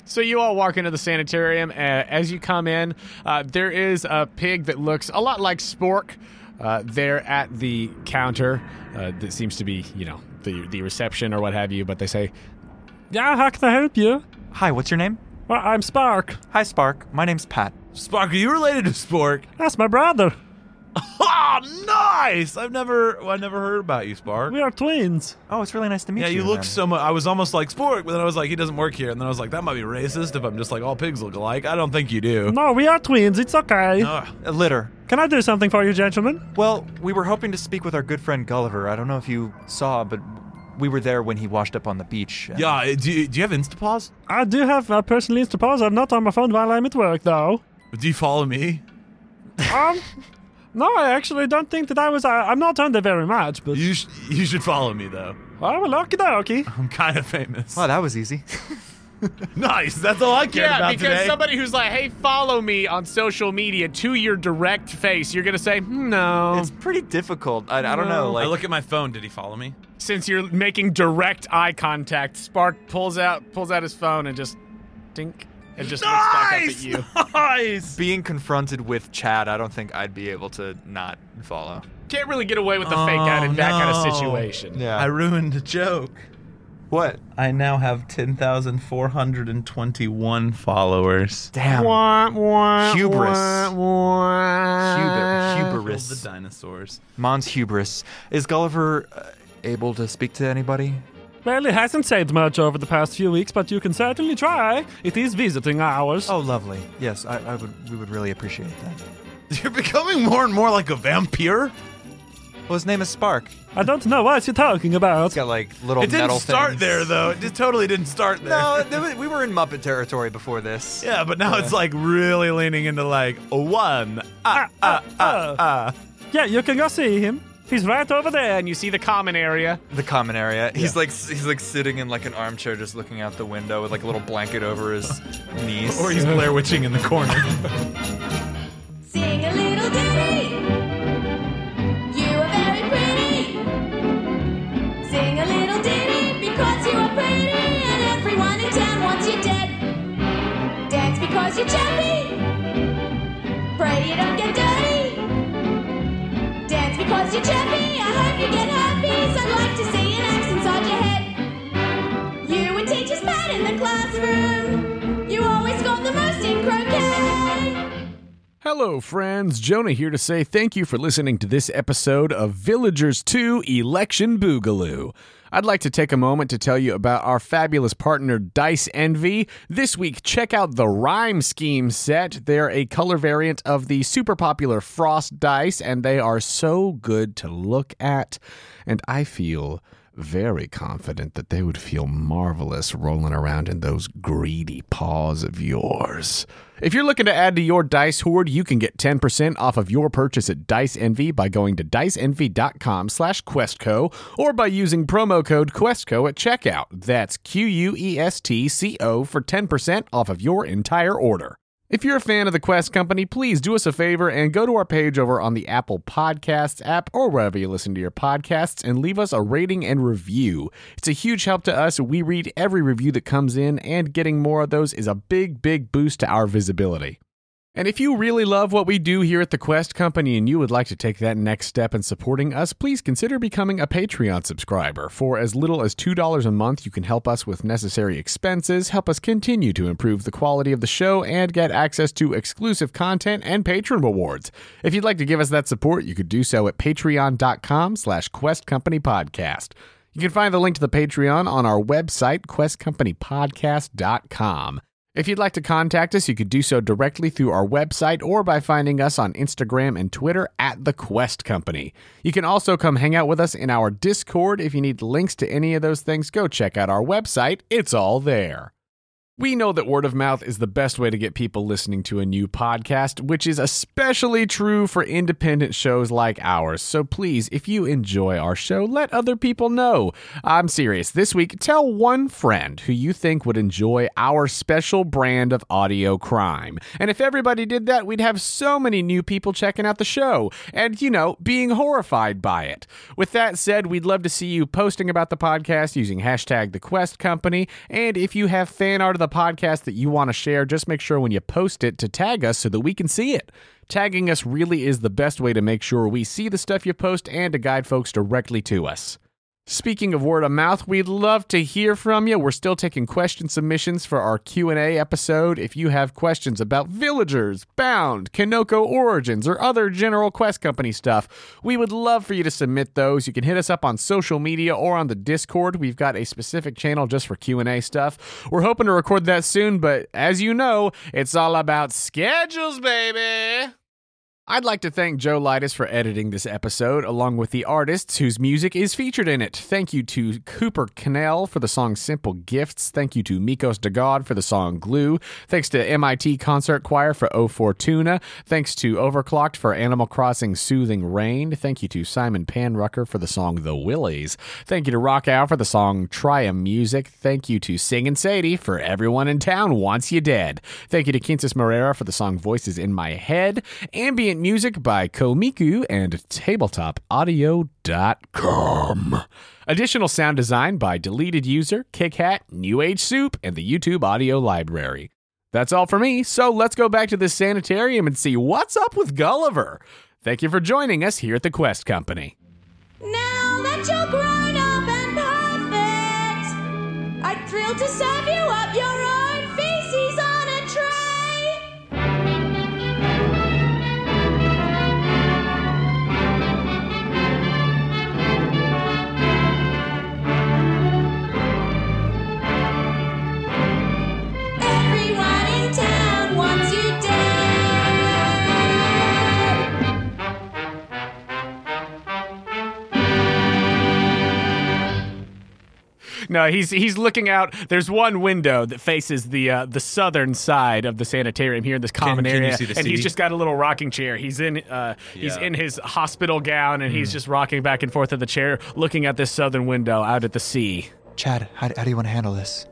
[SPEAKER 1] So you all walk into the sanitarium. Uh, as you come in, uh, there is a pig that looks a lot like Spork. Uh, there at the counter, uh, that seems to be you know the the reception or what have you. But they say,
[SPEAKER 7] Yeah, how can I help you?
[SPEAKER 3] Hi, what's your name?
[SPEAKER 7] Well, I'm Spark.
[SPEAKER 3] Hi, Spark. My name's Pat.
[SPEAKER 2] Spark, are you related to Spork?
[SPEAKER 7] That's my brother.
[SPEAKER 2] Oh, nice! I've never, I never heard about you, Spark.
[SPEAKER 7] We are twins.
[SPEAKER 3] Oh, it's really nice to meet
[SPEAKER 2] Yeah,
[SPEAKER 3] you.
[SPEAKER 2] you look
[SPEAKER 3] man.
[SPEAKER 2] so much. I was almost like Spork, but then I was like, he doesn't work here. And then I was like, that might be racist if I'm just like all pigs look alike. I don't think you do.
[SPEAKER 7] No, we are twins. It's okay.
[SPEAKER 2] Ugh.
[SPEAKER 3] Uh, litter.
[SPEAKER 7] Can I do something for you, gentlemen?
[SPEAKER 3] Well, we were hoping to speak with our good friend Gulliver. I don't know if you saw, but we were there when he washed up on the beach.
[SPEAKER 2] Yeah, uh, do you, do you have Instapause?
[SPEAKER 7] I do have a personal Instapause. I'm not on my phone while I'm at work, though.
[SPEAKER 2] Do you follow me?
[SPEAKER 7] Um, no, I actually don't think that I was. I, I'm not on there very much, but.
[SPEAKER 2] You sh- you should follow me though.
[SPEAKER 7] Oh, well, okie dokie.
[SPEAKER 2] I'm kind of famous.
[SPEAKER 3] Wow, that was easy.
[SPEAKER 2] Nice. That's all I care
[SPEAKER 1] yeah,
[SPEAKER 2] about
[SPEAKER 1] because
[SPEAKER 2] today.
[SPEAKER 1] somebody who's like, hey, follow me on social media to your direct face, you're gonna say "Hmm, no,
[SPEAKER 3] it's pretty difficult. I, I don't know. Like,
[SPEAKER 2] I look at my phone. Did he follow me?
[SPEAKER 1] since you're making direct eye contact. Spark pulls out pulls out his phone and just dink and just looks back up at you.
[SPEAKER 2] Nice.
[SPEAKER 3] being confronted with Chad, I don't think I'd be able to not follow.
[SPEAKER 1] Can't really get away with the fake out in that kind
[SPEAKER 2] no.
[SPEAKER 1] of situation.
[SPEAKER 3] Yeah.
[SPEAKER 2] I ruined the joke.
[SPEAKER 3] what?
[SPEAKER 2] I now have 10,421 followers.
[SPEAKER 3] Damn.
[SPEAKER 1] Wah, wah,
[SPEAKER 3] Hubris.
[SPEAKER 1] wah, wah.
[SPEAKER 3] Huber,
[SPEAKER 2] Killed
[SPEAKER 3] hubris.
[SPEAKER 2] the dinosaurs.
[SPEAKER 3] Mons hubris. Is Gulliver uh, able to speak to anybody?
[SPEAKER 7] Well, it hasn't said much over the past few weeks, but you can certainly try. It is visiting hours.
[SPEAKER 3] Oh, lovely. Yes, I, I would. We would really appreciate that.
[SPEAKER 2] You're becoming more and more like a vampire.
[SPEAKER 3] Well, his name is Spark. He's
[SPEAKER 7] I don't know what you're talking about.
[SPEAKER 3] got like little
[SPEAKER 2] It didn't
[SPEAKER 3] metal
[SPEAKER 2] start
[SPEAKER 3] things.
[SPEAKER 2] there though. It just totally didn't start there.
[SPEAKER 3] No, there was- we were in Muppet territory before this.
[SPEAKER 2] Yeah, but now it's like really leaning into like a one. Ah, ah, ah, ah.
[SPEAKER 7] Yeah, you can go see him. He's right over there.
[SPEAKER 1] And you see the common area.
[SPEAKER 3] The common area. He's like he's like sitting in like an armchair, just looking out the window with like a little blanket over his knees.
[SPEAKER 2] Or he's Blair Witching in the corner.
[SPEAKER 8] Sing a little ditty. You are very pretty. Sing a little ditty because you are pretty and everyone in town wants you dead. Dance because you're chubby. Pray you don't get dirty. Dance because you're chubby. I hope you get herpes. I'd like to see an axe inside your head. You and teacher's pet in the classroom. You always got the most in croquet.
[SPEAKER 1] Hello, friends. Jonah here to say thank you for listening to this episode of Villagers 2 Election Boogaloo. I'd like to take a moment to tell you about our fabulous partner, Dice Envy. This week, check out the Rhyme Scheme set. They're a color variant of the super popular Frost dice, and they are so good to look at. And I feel very confident that they would feel marvelous rolling around in those greedy paws of yours. If you're looking to add to your dice hoard, you can get 10% off of your purchase at Dice Envy by going to diceenvy.com slash questco or by using promo code questco at checkout. That's E Q-U-E-S-T-C-O for 10% off of your entire order. If you're a fan of the Quest Company, please do us a favor and go to our page over on the Apple Podcasts app or wherever you listen to your podcasts and leave us a rating and review. It's a huge help to us. We read every review that comes in, and getting more of those is a big, big boost to our visibility. And if you really love what we do here at the Quest Company and you would like to take that next step in supporting us, please consider becoming a Patreon subscriber. For as little as $2 a month, you can help us with necessary expenses, help us continue to improve the quality of the show, and get access to exclusive content and patron rewards. If you'd like to give us that support, you could do so at patreon.com slash Quest Company Podcast. You can find the link to the Patreon on our website, questcompanypodcast.com. If you'd like to contact us, you could do so directly through our website or by finding us on Instagram and Twitter at The Quest Company. You can also come hang out with us in our Discord. If you need links to any of those things, go check out our website. It's all there. We know that word of mouth is the best way to get people listening to a new podcast, which is especially true for independent shows like ours. So please, if you enjoy our show, let other people know. I'm serious. This week, tell one friend who you think would enjoy our special brand of audio crime. And if everybody did that, we'd have so many new people checking out the show and, you know, being horrified by it. With that said, we'd love to see you posting about the podcast using hashtag the Quest Company. And if you have fan art of the podcast that you want to share, just make sure when you post it to tag us so that we can see it. Tagging us really is the best way to make sure we see the stuff you post and to guide folks directly to us. Speaking of word of mouth, we'd love to hear from you. We're still taking question submissions for our Q&A episode. If you have questions about villagers, bound, Kinoko origins, or other general quest company stuff, we would love for you to submit those. You can hit us up on social media or on the Discord. We've got a specific channel just for Q&A stuff. We're hoping to record that soon, but as you know, it's all about schedules, baby. I'd like to thank Joe Lightis for editing this episode, along with the artists whose music is featured in it. Thank you to Cooper Cannell for the song Simple Gifts. Thank you to Mikos DeGod for the song Glue. Thanks to MIT Concert Choir for O Fortuna. Thanks to Overclocked for Animal Crossing Soothing Rain. Thank you to Simon Panrucker for the song The Willies. Thank you to Rock Owl for the song Triumph Music. Thank you to Sing and Sadie for Everyone in Town Wants You Dead. Thank you to Kinsis Morera for the song Voices in My Head. Ambient music by Komiku and tabletopaudio.com. Additional sound design by Deleted User, Kick Hat, New Age Soup, and the YouTube Audio Library. That's all for me, so let's go back to the sanitarium and see what's up with Gulliver. Thank you for joining us here at the Quest Company.
[SPEAKER 8] Now that you're grown up and perfect, I'd thrill to serve you up your own feces on a tray. Everyone in town wants you dead.
[SPEAKER 1] No, he's he's looking out. There's one window that faces the uh, the southern side of the sanitarium here in this common
[SPEAKER 2] can you
[SPEAKER 1] area,
[SPEAKER 2] see the
[SPEAKER 1] and he's
[SPEAKER 2] sea?
[SPEAKER 1] just got a little rocking chair. He's in uh, he's
[SPEAKER 2] Yeah. Hmm.
[SPEAKER 1] in his hospital gown, and he's just rocking back and forth in the chair, looking at this southern window out at the sea.
[SPEAKER 3] Chad, how, how do you want to handle this?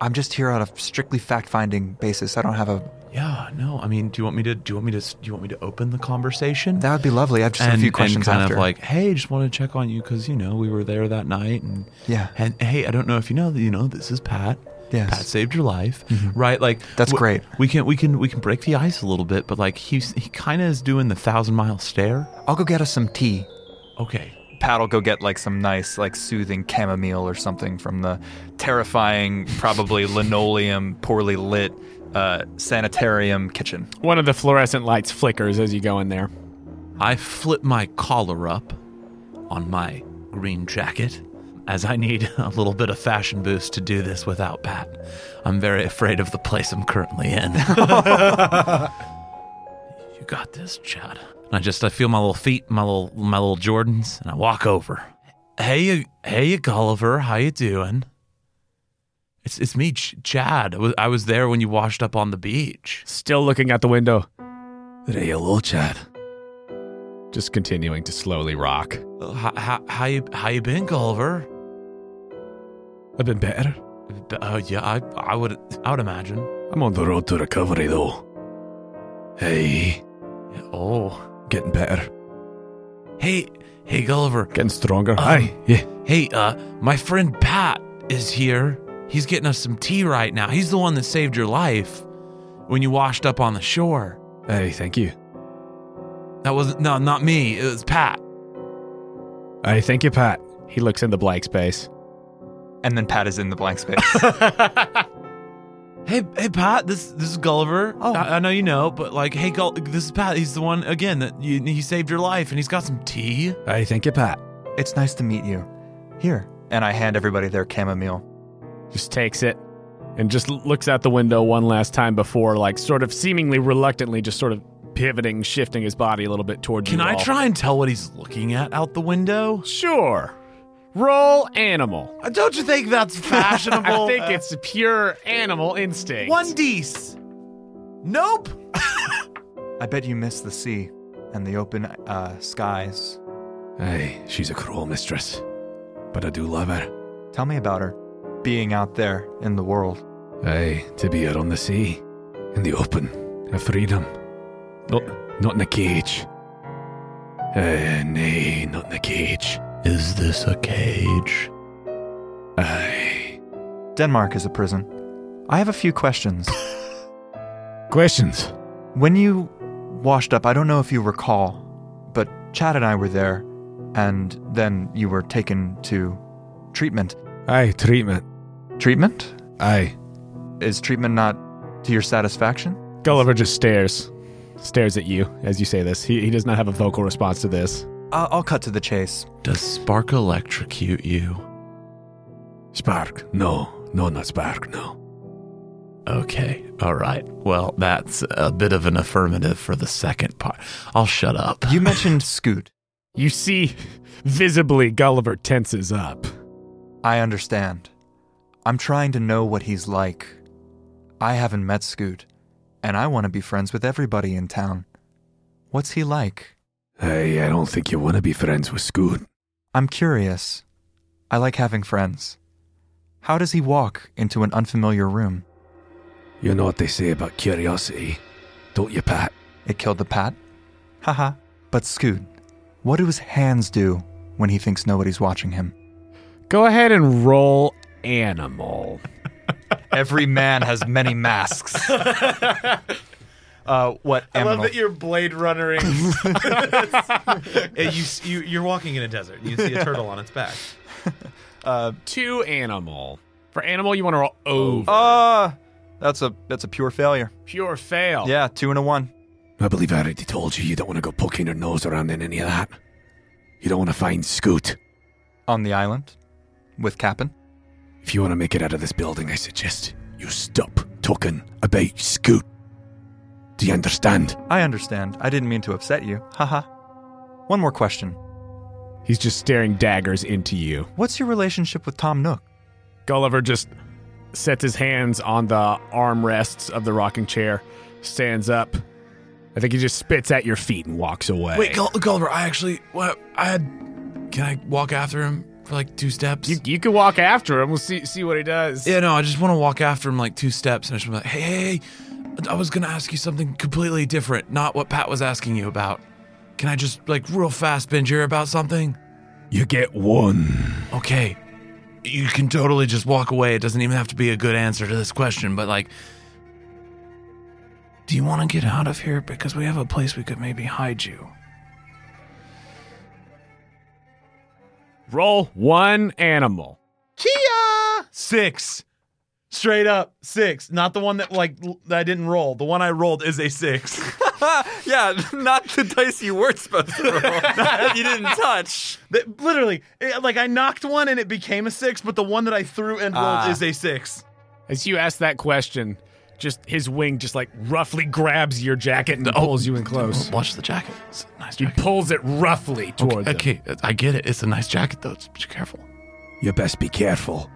[SPEAKER 3] I'm just here on a strictly fact-finding basis. I don't have a.
[SPEAKER 2] Yeah, no. I mean, do you want me to? Do you want me to? s- Do you want me to open the conversation?
[SPEAKER 3] That would be lovely. I have just
[SPEAKER 2] and,
[SPEAKER 3] a few questions
[SPEAKER 2] and kind
[SPEAKER 3] after.
[SPEAKER 2] of like, hey, just want to check on you because you know we were there that night, and
[SPEAKER 3] Yeah.
[SPEAKER 2] and hey, I don't know if you know that you know this is Pat.
[SPEAKER 3] Yes.
[SPEAKER 2] Pat saved your life, right? Like
[SPEAKER 3] That's
[SPEAKER 2] w-
[SPEAKER 3] great.
[SPEAKER 2] We can we can we can break the ice a little bit, but like he's he kind of is doing the thousand mile stare.
[SPEAKER 3] I'll go get us some tea.
[SPEAKER 2] Okay,
[SPEAKER 3] Pat'll go get like some nice, like soothing chamomile or something from the terrifying, probably linoleum, poorly lit uh, sanitarium kitchen.
[SPEAKER 1] One of the fluorescent lights flickers as you go in there.
[SPEAKER 2] I flip my collar up on my green jacket as I need a little bit of fashion boost to do this without Pat. I'm very afraid of the place I'm currently in. you got this, Chad. And I just I feel my little feet, my little my little Jordans, and I walk over. Hey you, hey you, Gulliver, how you doing? It's it's me, Ch- Chad. I was, I was there when you washed up on the beach.
[SPEAKER 1] Still looking out the window,
[SPEAKER 2] Hey, hello, Chad.
[SPEAKER 1] just continuing to slowly rock.
[SPEAKER 2] How, how, how you how you been, Gulliver?
[SPEAKER 1] I've been better.
[SPEAKER 2] B- Uh, yeah, I, I would, I would imagine.
[SPEAKER 1] I'm on the road to recovery though. Hey,
[SPEAKER 2] Yeah, Oh,
[SPEAKER 1] getting better,
[SPEAKER 2] hey, hey, Gulliver.
[SPEAKER 1] getting stronger.
[SPEAKER 2] Aye,
[SPEAKER 1] yeah.
[SPEAKER 2] Hey, uh, my friend Pat is here. He's getting us some tea right now. He's the one that saved your life. when you washed up on the shore.
[SPEAKER 1] Hey, thank you.
[SPEAKER 2] That wasn't, no, not me. It was Pat.
[SPEAKER 1] Hey, thank you, Pat. He looks in the blank space.
[SPEAKER 3] And then Pat is in the blank space.
[SPEAKER 2] Hey, hey, Pat. This this is Gulliver.
[SPEAKER 3] Oh.
[SPEAKER 2] I, I know you know, but like, hey, Gull- this is Pat. He's the one again that you, he saved your life, and he's got some tea.
[SPEAKER 1] Hey, thank you, Pat.
[SPEAKER 3] it's nice to meet you. Here. And I hand everybody their chamomile.
[SPEAKER 1] Just takes it and just l- looks out the window one last time before, like, sort of seemingly reluctantly, just sort of pivoting, shifting his body a little bit towards
[SPEAKER 2] Can
[SPEAKER 1] you.
[SPEAKER 2] I
[SPEAKER 1] all.
[SPEAKER 2] try and tell what he's looking at out the window?
[SPEAKER 1] Sure. Roll animal.
[SPEAKER 2] Uh, Don't you think that's fashionable? Uh,
[SPEAKER 1] I think it's pure animal instinct.
[SPEAKER 2] one dece. Nope.
[SPEAKER 3] I bet you miss the sea and the open uh, skies.
[SPEAKER 1] Hey, she's a cruel mistress, but I do love her.
[SPEAKER 3] Tell me about her being out there in the world.
[SPEAKER 1] Hey, to be out on the sea, in the open, a freedom. Not, not in a cage. Uh, nay, not in a cage.
[SPEAKER 9] Is this a cage?
[SPEAKER 1] Aye.
[SPEAKER 3] Denmark is a prison. I have a few questions.
[SPEAKER 1] Questions?
[SPEAKER 3] When you washed up, I don't know if you recall, but Chad and I were there, and then you were taken to treatment.
[SPEAKER 1] Aye, treatment.
[SPEAKER 3] Treatment?
[SPEAKER 1] Aye.
[SPEAKER 3] Is treatment not to your satisfaction?
[SPEAKER 1] Gulliver just stares. Stares at you as you say this. He, he does not have a vocal response to this.
[SPEAKER 3] I I'll cut to the chase.
[SPEAKER 9] Does Spark electrocute you?
[SPEAKER 1] Spark, no. No, not Spark, no.
[SPEAKER 9] Okay, all right. Well, that's a bit of an affirmative for the second part. I'll shut up.
[SPEAKER 3] You mentioned Scoot.
[SPEAKER 1] You see, visibly, Gulliver tenses up.
[SPEAKER 3] I understand. I'm trying to know what he's like. I haven't met Scoot, and I want to be friends with everybody in town. What's he like?
[SPEAKER 1] Hey, I don't think you want to be friends with Scoot.
[SPEAKER 3] I'm curious. I like having friends. How does he walk into an unfamiliar room?
[SPEAKER 1] You know what they say about curiosity, don't you, Pat?
[SPEAKER 3] It killed the pat? Haha. But Scoot, what do his hands do when he thinks nobody's watching him?
[SPEAKER 1] Go ahead and roll animal.
[SPEAKER 3] Every man has many masks. uh, what? animal?
[SPEAKER 2] you're Blade Runnering. you, you, you're walking in a desert. You see a turtle on its back.
[SPEAKER 1] To animal. For animal, you want to roll over.
[SPEAKER 3] Ah, that's a that's a pure failure.
[SPEAKER 1] Pure fail.
[SPEAKER 3] Yeah, two and a one.
[SPEAKER 10] I believe I already told you you don't want to go poking your nose around in any of that. You don't want to find Scoot.
[SPEAKER 3] On the island, with Cap'n.
[SPEAKER 10] If you want to make it out of this building, I suggest you stop talking about Scoot. Do you understand?
[SPEAKER 3] I understand. I didn't mean to upset you. Haha. One more question.
[SPEAKER 1] He's just staring daggers into you.
[SPEAKER 3] What's your relationship with Tom Nook?
[SPEAKER 1] Gulliver just sets his hands on the armrests of the rocking chair, stands up. I think he just spits at your feet and walks away.
[SPEAKER 9] Wait, Gull- Gulliver, I actually, what, I had, can I walk after him for like two steps?
[SPEAKER 1] you, you can walk after him. We'll see see what he does.
[SPEAKER 9] yeah, no, I just want to walk after him like two steps and I just want to be like, hey, hey, hey, I was going to ask you something completely different, not what Pat was asking you about. Can I just, like, real fast bend your ear about something?
[SPEAKER 10] You get one.
[SPEAKER 9] Okay. You can totally just walk away. It doesn't even have to be a good answer to this question, but like, do you want to get out of here? Because we have a place we could maybe hide you.
[SPEAKER 1] Roll one animal.
[SPEAKER 2] Kia! Six. Straight up six. Not the one that like l- that I didn't roll. The one I rolled is a six.
[SPEAKER 3] yeah, not the dice you weren't supposed to roll. you didn't touch.
[SPEAKER 2] That- literally, it- like I knocked one and it became a six, but the one that I threw and rolled
[SPEAKER 9] Ah.
[SPEAKER 2] is a six.
[SPEAKER 1] As you ask that question, just his wing just like roughly grabs your jacket
[SPEAKER 10] Oh.
[SPEAKER 1] and pulls you in close.
[SPEAKER 9] Watch the jacket. It's a nice
[SPEAKER 1] He
[SPEAKER 9] jacket.
[SPEAKER 1] pulls it roughly towards him.
[SPEAKER 9] Okay, I get it. It's a nice jacket, though. Just be careful.
[SPEAKER 10] You best be careful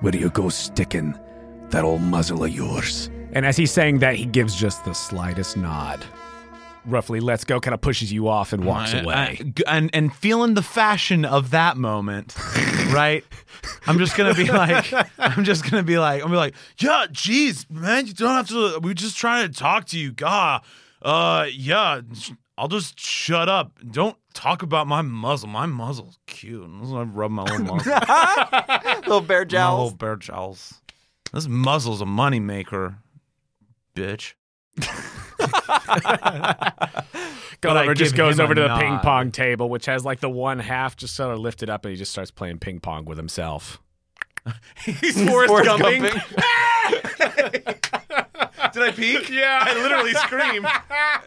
[SPEAKER 10] where you go sticking that old muzzle of yours.
[SPEAKER 1] And as he's saying that, he gives just the slightest nod. Roughly, let's go, kind of pushes you off and walks away.
[SPEAKER 2] and and feeling the fashion of that moment, right? I'm just gonna be like, I'm just gonna be like, I'm gonna be like, yeah, geez, man, you don't have to. We're just trying to talk to you, God. Uh, yeah, sh- I'll just shut up. Don't talk about my muzzle. My muzzle's cute. I rub my little muzzle.
[SPEAKER 3] Little bear
[SPEAKER 2] My little bear jowls. This muzzle's a moneymaker, bitch.
[SPEAKER 1] Go
[SPEAKER 2] But I
[SPEAKER 1] over, just
[SPEAKER 2] give
[SPEAKER 1] goes
[SPEAKER 2] him
[SPEAKER 1] over
[SPEAKER 2] a
[SPEAKER 1] to the
[SPEAKER 2] nod.
[SPEAKER 1] ping pong table, which has like the one half just sort of lifted up, and he just starts playing ping pong with himself.
[SPEAKER 2] He's Forrest,
[SPEAKER 1] Forrest
[SPEAKER 2] Gumping.
[SPEAKER 3] Did I peek?
[SPEAKER 1] yeah,
[SPEAKER 2] I literally screamed.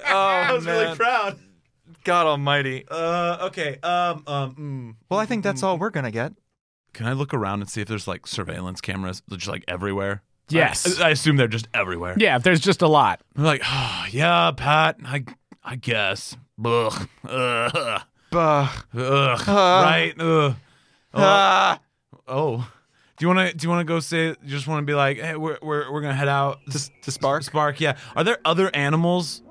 [SPEAKER 3] Oh, I
[SPEAKER 2] was really proud.
[SPEAKER 3] God Almighty.
[SPEAKER 2] Uh, okay. Um, um,
[SPEAKER 3] Well, I think that's all we're gonna get.
[SPEAKER 2] Can I look around and see if there's like surveillance cameras just like everywhere?
[SPEAKER 1] Yes.
[SPEAKER 2] I, I assume they're just everywhere.
[SPEAKER 1] Yeah, there's just a lot.
[SPEAKER 2] I'm like, oh, yeah, Pat. I, I guess. Ugh. Ugh.
[SPEAKER 3] Bah.
[SPEAKER 2] Ugh.
[SPEAKER 3] Ah.
[SPEAKER 2] right. Ugh. Oh.
[SPEAKER 3] Ah.
[SPEAKER 2] oh. Do you want to? Do you want to go say? You just want to be like, hey, we're we're, we're gonna head out to,
[SPEAKER 3] to Spark.
[SPEAKER 2] Spark. Yeah. Are there other animals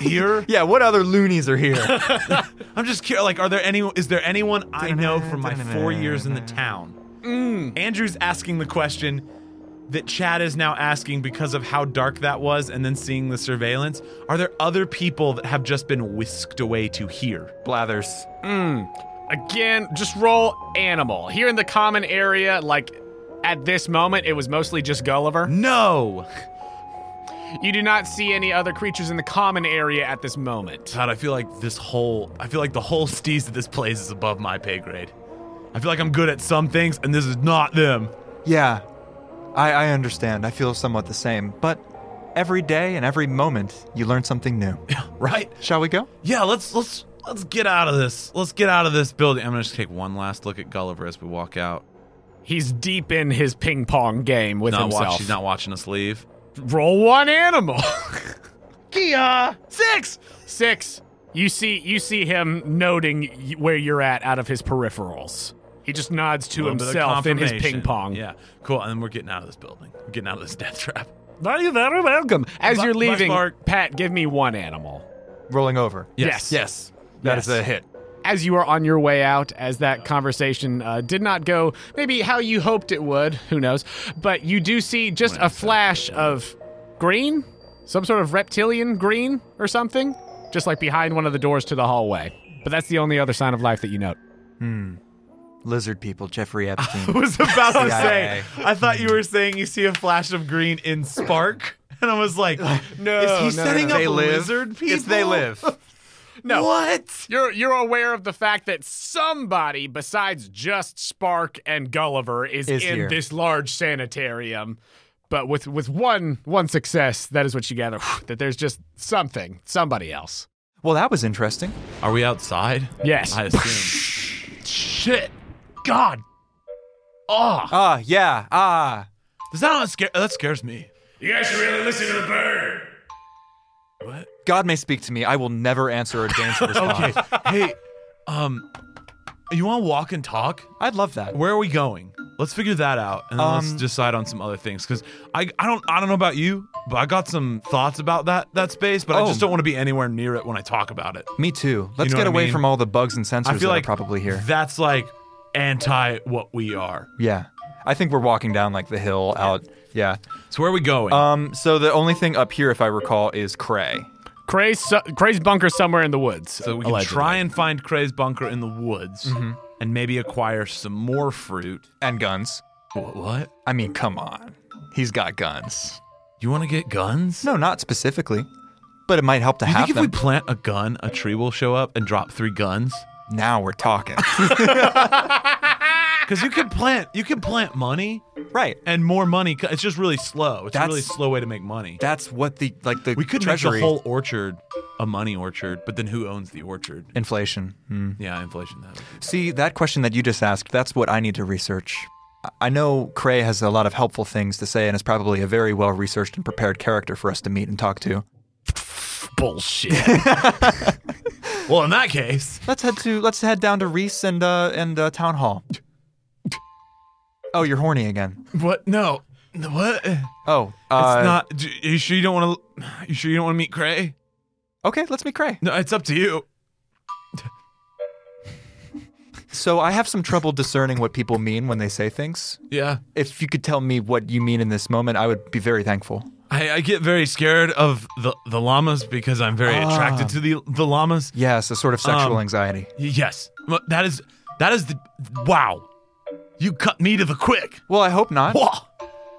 [SPEAKER 2] here?
[SPEAKER 3] Yeah. What other loonies are here?
[SPEAKER 2] I'm just curious. Like, are there any? Is there anyone I know from my four years in the town? Andrew's asking the question that Chad is now asking because of how dark that was, and then seeing the surveillance. Are there other people that have just been whisked away to here?
[SPEAKER 3] Blathers.
[SPEAKER 1] Again, just roll animal. Here in the common area, like at this moment, it was mostly just Gulliver.
[SPEAKER 2] No.
[SPEAKER 1] You do not see any other creatures in the common area at this moment.
[SPEAKER 2] God, I feel like this whole. I feel like the whole steez of this place is above my pay grade. I feel like I'm good at some things, and this is not them.
[SPEAKER 3] Yeah. I, I understand. I feel somewhat the same. But every day and every moment, you learn something new.
[SPEAKER 2] Right?
[SPEAKER 3] Shall we go?
[SPEAKER 2] Yeah. Let's let's let's get out of this. Let's get out of this building. I'm gonna just take one last look at Gulliver as we walk out.
[SPEAKER 1] He's deep in his ping pong game with
[SPEAKER 2] not
[SPEAKER 1] himself.
[SPEAKER 2] Watch, she's not watching us leave.
[SPEAKER 1] Roll one animal. Kia six six. You see you see him noting y- where you're at out of his peripherals. He just nods to
[SPEAKER 2] A little bit of
[SPEAKER 1] himself in his
[SPEAKER 2] confirmation.
[SPEAKER 1] ping pong.
[SPEAKER 2] Yeah, cool. And then we're getting out of this building. We're getting out of this death trap.
[SPEAKER 7] Are you very welcome?
[SPEAKER 1] As
[SPEAKER 2] Bu-
[SPEAKER 1] you're
[SPEAKER 2] bus
[SPEAKER 1] leaving,
[SPEAKER 2] bark.
[SPEAKER 1] Pat, give me one animal.
[SPEAKER 3] Rolling over.
[SPEAKER 1] Yes.
[SPEAKER 2] Yes.
[SPEAKER 3] That is a hit.
[SPEAKER 1] As you are on your way out, as that conversation uh, did not go maybe how you hoped it would, who knows? But you do see just a flash of green, some sort of reptilian green or something, just like behind one of the doors to the hallway. But that's the only other sign of life that you note.
[SPEAKER 3] Lizard people, Jeffrey Epstein.
[SPEAKER 2] was about to
[SPEAKER 3] CIA.
[SPEAKER 2] say. I thought you were saying you see a flash of green in Spark, and I was like, no. Is he
[SPEAKER 1] no,
[SPEAKER 2] setting
[SPEAKER 1] no.
[SPEAKER 2] up
[SPEAKER 3] They live.
[SPEAKER 2] lizard people?
[SPEAKER 3] It's they live.
[SPEAKER 1] No.
[SPEAKER 2] What?
[SPEAKER 1] You're you're aware of the fact that somebody besides just Spark and Gulliver is,
[SPEAKER 3] Is
[SPEAKER 1] in
[SPEAKER 3] here.
[SPEAKER 1] this large sanitarium. But with with one one success, that is what you gather that there's just something, somebody else.
[SPEAKER 3] well, that was interesting.
[SPEAKER 2] Are we outside?
[SPEAKER 1] Yes.
[SPEAKER 2] I assume.
[SPEAKER 1] Shit. God.
[SPEAKER 3] Ah, yeah. Ah.
[SPEAKER 2] Does that not scare? That scares me.
[SPEAKER 4] You guys should really listen to the bird.
[SPEAKER 3] God may speak to me. I will never answer or deign to respond.
[SPEAKER 2] Okay. hey, um, you want to walk and talk?
[SPEAKER 3] I'd love that.
[SPEAKER 2] where are we going? Let's figure that out, and then let's
[SPEAKER 3] Um,
[SPEAKER 2] decide on some other things. Because I, I don't I don't know about you, but I got some thoughts about that that space. But I
[SPEAKER 3] Oh.
[SPEAKER 2] just don't want to be anywhere near it when I talk about it.
[SPEAKER 3] Me too. Let's
[SPEAKER 2] know what
[SPEAKER 3] get
[SPEAKER 2] I
[SPEAKER 3] away
[SPEAKER 2] mean?
[SPEAKER 3] from all the bugs and sensors
[SPEAKER 2] I feel
[SPEAKER 3] that
[SPEAKER 2] like
[SPEAKER 3] are probably here.
[SPEAKER 2] That's like anti what we are.
[SPEAKER 3] yeah. I think we're walking down like the hill out. Yeah.
[SPEAKER 2] So where are we going?
[SPEAKER 3] Um. So the only thing up here, if I recall, is Cray.
[SPEAKER 1] Cray's, su- Cray's bunker somewhere in the woods.
[SPEAKER 2] so we can try and find Cray's bunker in the woods,
[SPEAKER 3] Mm-hmm.
[SPEAKER 2] and maybe acquire some more fruit.
[SPEAKER 3] and guns.
[SPEAKER 2] What? what?
[SPEAKER 3] I mean, come on. He's got guns.
[SPEAKER 2] You want to get guns?
[SPEAKER 3] No, not specifically, but it might help to
[SPEAKER 2] You
[SPEAKER 3] have
[SPEAKER 2] think if we
[SPEAKER 3] them.
[SPEAKER 2] plant a gun, a tree will show up and drop three guns?
[SPEAKER 3] now we're talking.
[SPEAKER 2] Because you can plant, you can plant money.
[SPEAKER 3] right.
[SPEAKER 2] and more money. It's just really slow. It's a
[SPEAKER 3] That's-
[SPEAKER 2] really slow way to make money.
[SPEAKER 3] That's what the like the
[SPEAKER 2] We could
[SPEAKER 3] treasury
[SPEAKER 2] make the whole orchard a money orchard, but then who owns the orchard?
[SPEAKER 3] inflation. Hmm.
[SPEAKER 2] Yeah, inflation. That would
[SPEAKER 3] See that question that you just asked. That's what I need to research. I- I know Cray has a lot of helpful things to say and is probably a very well researched and prepared character for us to meet and talk to.
[SPEAKER 1] bullshit.
[SPEAKER 2] be- well, in that case,
[SPEAKER 3] Let's head to let's head down to Reese and uh, and uh, town hall. Oh, you're horny again.
[SPEAKER 2] what? No, what? It's
[SPEAKER 3] Oh, uh,
[SPEAKER 2] not. d- You sure you don't want to? You sure you don't want to meet Cray?
[SPEAKER 3] okay. Let's meet Cray.
[SPEAKER 2] No, it's up to you.
[SPEAKER 3] So I have some trouble discerning what people mean when they say things.
[SPEAKER 2] Yeah,
[SPEAKER 3] If you could tell me what you mean in this moment, I would be very thankful.
[SPEAKER 2] I, I get very scared of the the llamas because I'm very
[SPEAKER 3] Ah.
[SPEAKER 2] attracted to the the llamas.
[SPEAKER 3] Yes, a sort of sexual
[SPEAKER 2] Um,
[SPEAKER 3] anxiety.
[SPEAKER 2] Y- Yes, Well, that is that is the wow. You cut me to the quick.
[SPEAKER 3] Well, I hope not.
[SPEAKER 2] Whoa.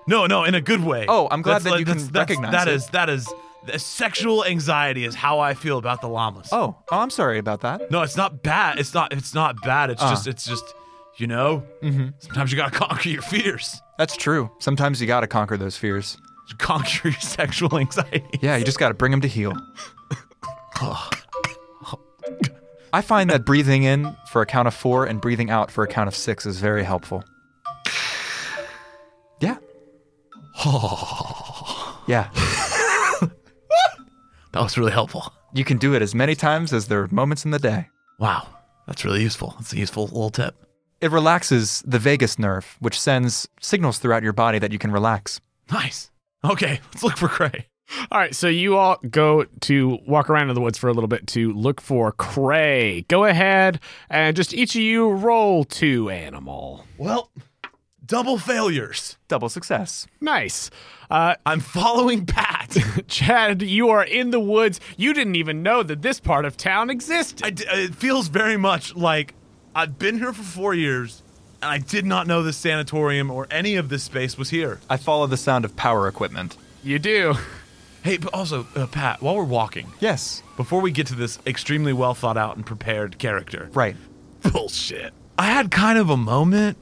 [SPEAKER 2] No, no, in a good way.
[SPEAKER 3] Oh, I'm glad
[SPEAKER 2] That's
[SPEAKER 3] that
[SPEAKER 2] like-
[SPEAKER 3] you can
[SPEAKER 2] that's- that's-
[SPEAKER 3] recognize
[SPEAKER 2] That
[SPEAKER 3] it.
[SPEAKER 2] is that is The sexual anxiety is how I feel about the llamas.
[SPEAKER 3] Oh, oh, I'm sorry about that.
[SPEAKER 2] No, it's not bad. It's not. It's not bad. It's
[SPEAKER 3] Uh.
[SPEAKER 2] just. It's just. You know. Mm-hmm. Sometimes you gotta conquer your fears.
[SPEAKER 3] That's true. Sometimes you gotta conquer those fears.
[SPEAKER 2] Conquer your sexual anxiety.
[SPEAKER 3] Yeah, you just gotta bring them to heel. I find that breathing in for a count of four and breathing out for a count of six is very helpful. Yeah. Yeah.
[SPEAKER 2] That was really helpful.
[SPEAKER 3] You can do it as many times as there are moments in the day.
[SPEAKER 2] Wow, that's really useful. That's a useful little tip.
[SPEAKER 3] It relaxes the vagus nerve, which sends signals throughout your body that you can relax.
[SPEAKER 2] Nice. Okay, let's look for Cray.
[SPEAKER 1] All right, so you all go to walk around in the woods for a little bit to look for Cray. Go ahead and just each of you roll two animal.
[SPEAKER 2] Well, double failures.
[SPEAKER 3] Double success.
[SPEAKER 1] Nice. Uh,
[SPEAKER 2] I'm following Pat.
[SPEAKER 1] Chad, you are in the woods. You didn't even know that this part of town existed.
[SPEAKER 2] I d- it feels very much like I've been here for four years, and I did not know this sanatorium or any of this space was here.
[SPEAKER 3] I follow the sound of power equipment.
[SPEAKER 1] You do.
[SPEAKER 2] Hey, but also, uh, Pat, while we're walking,
[SPEAKER 3] Yes.
[SPEAKER 2] before we get to this extremely well thought out and prepared character,
[SPEAKER 3] Right.
[SPEAKER 2] bullshit. I had kind of a moment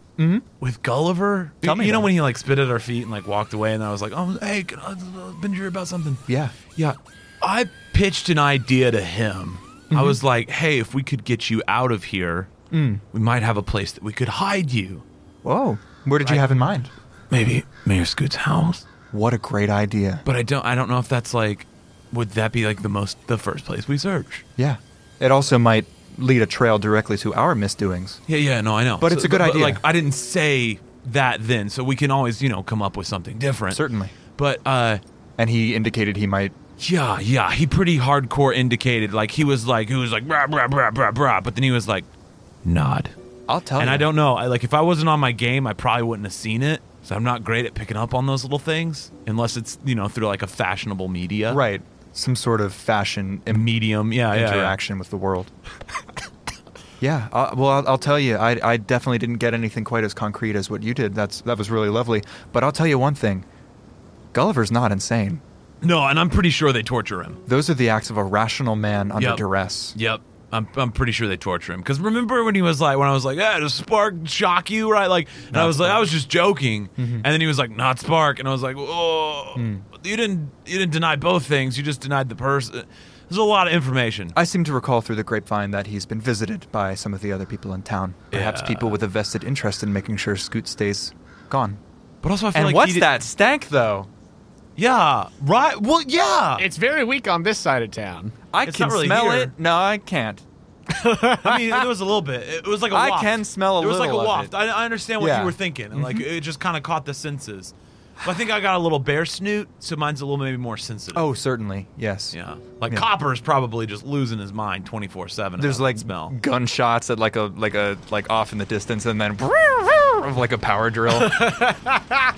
[SPEAKER 2] with Gulliver.
[SPEAKER 3] Mm-hmm. Tell
[SPEAKER 2] you,
[SPEAKER 3] me
[SPEAKER 2] you know
[SPEAKER 3] about
[SPEAKER 2] when
[SPEAKER 3] it.
[SPEAKER 2] he like spit at our feet and like walked away, and I was like, "Oh, hey, can I, I've been here about something."
[SPEAKER 3] Yeah.
[SPEAKER 2] Yeah. I pitched an idea to him. I was like, hey, if we could get you out of here, we might have a place that we could hide you.
[SPEAKER 3] Whoa. Where did you have in mind?
[SPEAKER 2] Maybe Mayor Scoot's house.
[SPEAKER 3] What a great idea.
[SPEAKER 2] But I don't I don't know if that's like would that be like the most the first place we search?
[SPEAKER 3] Yeah. It also might lead a trail directly to our misdoings.
[SPEAKER 2] Yeah, yeah, no, I know.
[SPEAKER 3] But it's a good idea.
[SPEAKER 2] Like I didn't say that then, so we can always, you know, come up with something different.
[SPEAKER 3] Certainly.
[SPEAKER 2] But uh
[SPEAKER 3] And he indicated he might.
[SPEAKER 2] Yeah, yeah. He pretty hardcore indicated. Like he was like, he was like, brah, brah, brah, brah, brah. But then he was like, nod.
[SPEAKER 3] I'll tell
[SPEAKER 2] and
[SPEAKER 3] you.
[SPEAKER 2] I don't know. I, like if I wasn't on my game, I probably wouldn't have seen it. So I'm not great at picking up on those little things, unless it's you know through like a fashionable media,
[SPEAKER 3] Right. Some sort of fashion Im-
[SPEAKER 2] Medium, yeah, yeah, yeah.
[SPEAKER 3] interaction with the world. yeah. Uh, well, I'll, I'll tell you, I, I definitely didn't get anything quite as concrete as what you did. That's That was really lovely. But I'll tell you one thing Gulliver's not insane.
[SPEAKER 2] No, and I'm pretty sure they torture him.
[SPEAKER 3] Those are the acts of a rational man under
[SPEAKER 2] Yep.
[SPEAKER 3] duress.
[SPEAKER 2] Yep. I'm, I'm pretty sure they torture him because remember when he was like when I was like yeah does spark shock you right like and I was like I was just joking
[SPEAKER 3] Mm-hmm.
[SPEAKER 2] and then he was like not spark and I was like oh
[SPEAKER 3] Hmm.
[SPEAKER 2] you didn't you didn't deny both things you just denied the person there's a lot of information
[SPEAKER 3] I seem to recall through the grapevine that he's been visited by some of the other people in town. Perhaps
[SPEAKER 2] Yeah.
[SPEAKER 3] people with a vested interest in making sure Scoot stays gone.
[SPEAKER 2] but also I feel
[SPEAKER 3] And
[SPEAKER 2] like
[SPEAKER 3] what's
[SPEAKER 2] he did-
[SPEAKER 3] that stank, though?
[SPEAKER 2] yeah right well yeah
[SPEAKER 1] It's very weak on this side of town.
[SPEAKER 3] I
[SPEAKER 2] It's
[SPEAKER 3] can
[SPEAKER 2] not really
[SPEAKER 3] smell
[SPEAKER 2] here.
[SPEAKER 3] it. No, I can't.
[SPEAKER 2] I mean, there was a little bit. It was like a
[SPEAKER 3] I
[SPEAKER 2] waft.
[SPEAKER 3] can smell a
[SPEAKER 2] There was like
[SPEAKER 3] little
[SPEAKER 2] a
[SPEAKER 3] of
[SPEAKER 2] waft.
[SPEAKER 3] it.
[SPEAKER 2] I, I understand what
[SPEAKER 3] Yeah. Mm-hmm.
[SPEAKER 2] you were thinking, and like it just kind of caught the senses. But I think I got a little bear snoot, so mine's a little maybe more sensitive.
[SPEAKER 3] Oh, certainly. Yes.
[SPEAKER 2] yeah, like
[SPEAKER 3] Yeah.
[SPEAKER 2] Copper's probably just losing his mind twenty four seven.
[SPEAKER 3] There's like
[SPEAKER 2] smell.
[SPEAKER 3] gunshots at like a like a like off in the distance, and then of like a power drill.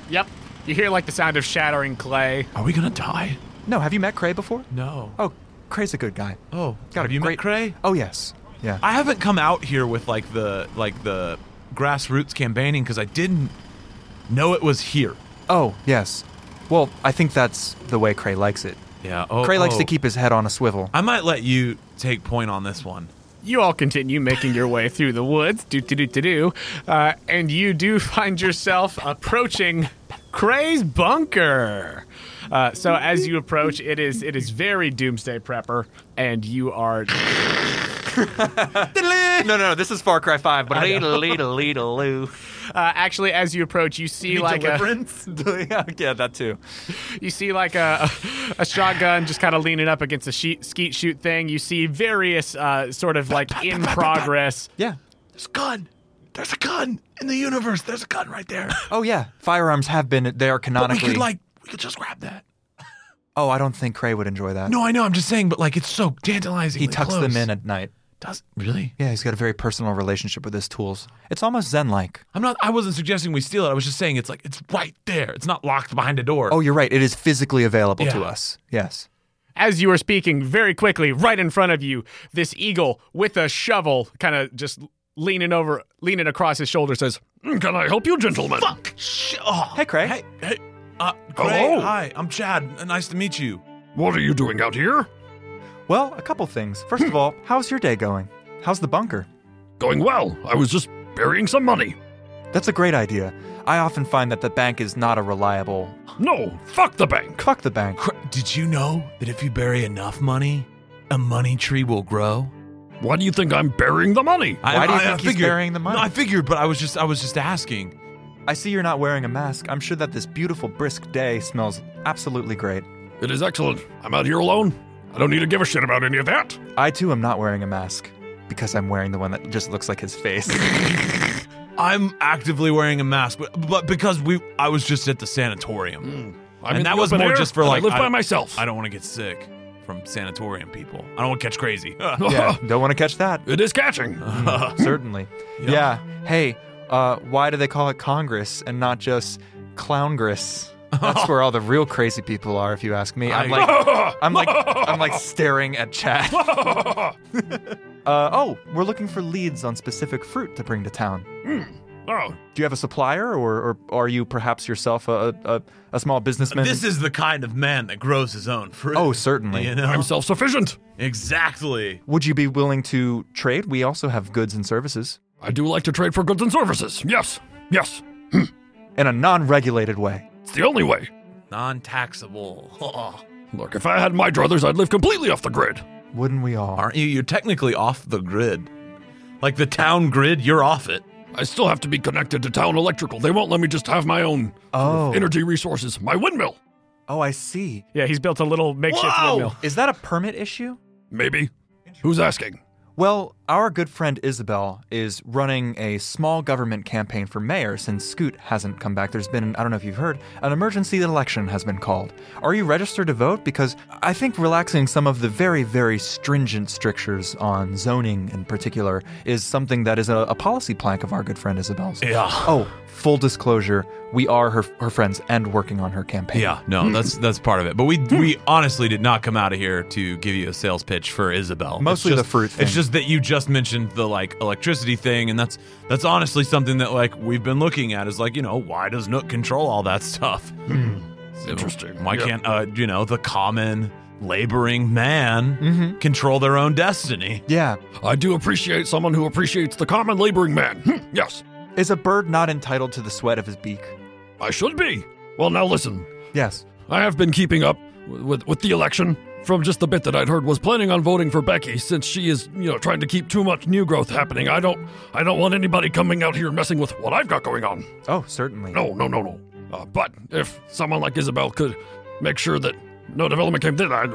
[SPEAKER 1] Yep. You hear like the sound of shattering clay.
[SPEAKER 2] Are we gonna die?
[SPEAKER 3] no, have you met Cray before?
[SPEAKER 2] No.
[SPEAKER 3] Oh, Cray's a good guy.
[SPEAKER 2] Oh,
[SPEAKER 3] Got a
[SPEAKER 2] have you
[SPEAKER 3] great-
[SPEAKER 2] met Cray?
[SPEAKER 3] Oh yes. Yeah.
[SPEAKER 2] I haven't come out here with like the like the grassroots campaigning because I didn't know it was here.
[SPEAKER 3] oh yes. Well, I think that's the way Cray likes it.
[SPEAKER 2] Yeah. Oh,
[SPEAKER 3] Cray likes
[SPEAKER 2] oh.
[SPEAKER 3] to keep his head on a swivel.
[SPEAKER 2] I might let you take point on this one.
[SPEAKER 1] You all continue making your way through the woods, do do do do do, uh, and you do find yourself approaching Cray's bunker. Uh, so as you approach, it is it is very doomsday prepper, and you are
[SPEAKER 3] no, no, no. This is Far Cry Five, but
[SPEAKER 1] uh, actually as you approach, you see like a,
[SPEAKER 3] yeah, that too.
[SPEAKER 1] You see like a a shotgun just kind of leaning up against a sheet, skeet shoot thing. You see various uh, sort of like in progress.
[SPEAKER 3] Yeah.
[SPEAKER 2] There's a gun. There's a gun in the universe. There's a gun right there.
[SPEAKER 3] Oh yeah. Firearms have been they are
[SPEAKER 2] But we
[SPEAKER 3] canonically.
[SPEAKER 2] could like we could just grab that.
[SPEAKER 3] oh, I don't think Cray would enjoy that.
[SPEAKER 2] No, I know. I'm just saying, but like it's so tantalizing.
[SPEAKER 3] He tucks them in at night.
[SPEAKER 2] Does really?
[SPEAKER 3] Yeah, he's got a very personal relationship with his tools. It's almost zen-like.
[SPEAKER 2] I'm not. I wasn't suggesting we steal it. I was just saying it's like it's right there. It's not locked behind a door.
[SPEAKER 3] Oh, you're right. It is physically available to
[SPEAKER 2] Yeah.
[SPEAKER 3] us. Yes.
[SPEAKER 1] As you are speaking, very quickly, right in front of you, this eagle with a shovel, kind of just leaning over, leaning across his shoulder, says, "Mm, "Can I help you, gentlemen?"
[SPEAKER 2] Fuck. Sh- oh.
[SPEAKER 3] Hey, Cray.
[SPEAKER 2] Hey. Hey. Uh, Gray,
[SPEAKER 1] Hello.
[SPEAKER 2] Hi. I'm Chad. Uh, Nice to meet you.
[SPEAKER 11] What are you doing out here?
[SPEAKER 3] Well, a couple things. First of all, how's your day going? How's the bunker?
[SPEAKER 11] Going well. I was just burying some money.
[SPEAKER 3] That's a great idea. I often find that the bank is not a reliable.
[SPEAKER 11] No, fuck the bank.
[SPEAKER 3] Fuck the bank.
[SPEAKER 2] Did you know that if you bury enough money, a money tree will grow?
[SPEAKER 11] Why do you think I'm burying the money?
[SPEAKER 3] Why do you think he's
[SPEAKER 2] figured-
[SPEAKER 3] burying the money?
[SPEAKER 2] No, I figured, but I was just I was just asking.
[SPEAKER 3] I see you're not wearing a mask. I'm sure that this beautiful, brisk day smells absolutely great.
[SPEAKER 11] It is excellent. I'm out here alone. I don't need to give a shit about any of that.
[SPEAKER 3] I too am not wearing a mask because I'm wearing the one that just looks like his face.
[SPEAKER 2] I'm actively wearing a mask, but, but because we I was just at the sanatorium.
[SPEAKER 11] I'm in
[SPEAKER 2] and that
[SPEAKER 11] the
[SPEAKER 2] was
[SPEAKER 11] open
[SPEAKER 2] more
[SPEAKER 11] air,
[SPEAKER 2] just for
[SPEAKER 11] and I
[SPEAKER 2] like
[SPEAKER 11] live by
[SPEAKER 2] don't-
[SPEAKER 11] myself.
[SPEAKER 2] I don't want to get sick from sanatorium people. I don't want to catch crazy.
[SPEAKER 3] yeah, don't want to catch that.
[SPEAKER 11] It is catching.
[SPEAKER 3] Certainly.
[SPEAKER 2] Yeah.
[SPEAKER 3] Yeah. Hey, uh, why do they call it Congress and not just Clowngress? That's where all the real crazy people are, if you ask me. I'm like, I'm like, I'm like staring at Chad. Uh, oh, we're looking for leads on specific fruit to bring to town.
[SPEAKER 11] oh,
[SPEAKER 3] Do you have a supplier, or, or are you perhaps yourself a, a, a small businessman?
[SPEAKER 12] This is the kind of man that grows his own fruit.
[SPEAKER 3] Oh, certainly.
[SPEAKER 12] You know?
[SPEAKER 2] Uh-huh.
[SPEAKER 11] I'm self sufficient.
[SPEAKER 12] Exactly.
[SPEAKER 3] Would you be willing to trade? We also have goods and services
[SPEAKER 11] I do like to trade for goods and services. Yes. Yes.
[SPEAKER 3] in a non-regulated way.
[SPEAKER 11] It's the only way.
[SPEAKER 12] Non-taxable.
[SPEAKER 11] Look, if I had my druthers, I'd live completely off the grid.
[SPEAKER 3] Wouldn't we all?
[SPEAKER 12] Aren't you? You're technically off the grid. Like the town grid, you're off it.
[SPEAKER 11] I still have to be connected to town electrical. They won't let me just have my own
[SPEAKER 3] Oh.
[SPEAKER 11] energy resources, my windmill.
[SPEAKER 3] Oh, I see.
[SPEAKER 1] Yeah, he's built a little makeshift
[SPEAKER 11] Wow!
[SPEAKER 1] windmill.
[SPEAKER 3] Is that a permit issue?
[SPEAKER 11] Maybe. Who's asking?
[SPEAKER 3] Well, our good friend Isabel is running a small government campaign for mayor since Scoot hasn't come back. There's been, I don't know if you've heard, an emergency election has been called. Are you registered to vote? Because I think relaxing some of the very, very stringent strictures on zoning in particular is something that is a, a policy plank of our good friend Isabel's.
[SPEAKER 2] Yeah.
[SPEAKER 3] Oh, full disclosure, we are her, her friends and working on her campaign.
[SPEAKER 2] Yeah, no, that's that's part of it. But we
[SPEAKER 3] Hmm.
[SPEAKER 2] we honestly did not come out of here to give you a sales pitch for Isabel. It's
[SPEAKER 3] Mostly the
[SPEAKER 2] just-
[SPEAKER 3] fruit thing.
[SPEAKER 2] It's just that you just mentioned the like electricity thing, and that's that's honestly something that like we've been looking at is like you know why does Nook control all that stuff? So,
[SPEAKER 11] Interesting.
[SPEAKER 2] Why
[SPEAKER 11] Yeah.
[SPEAKER 2] can't uh you know the common laboring man
[SPEAKER 3] Mm-hmm.
[SPEAKER 2] control their own destiny?
[SPEAKER 3] Yeah.
[SPEAKER 11] I do appreciate someone who appreciates the common laboring man. Hm, yes,
[SPEAKER 3] Is a bird not entitled to the sweat of his beak?
[SPEAKER 11] I should be. Well, now listen.
[SPEAKER 3] Yes.
[SPEAKER 11] I have been keeping up w- with with the election from just the bit that I'd heard was planning on voting for Becky since she is, you know, trying to keep too much new growth happening. I don't I don't want anybody coming out here messing with what I've got going on.
[SPEAKER 3] Oh, certainly.
[SPEAKER 11] No, no, no, no. Uh, but if someone like Isabel could make sure that no development came then, I'd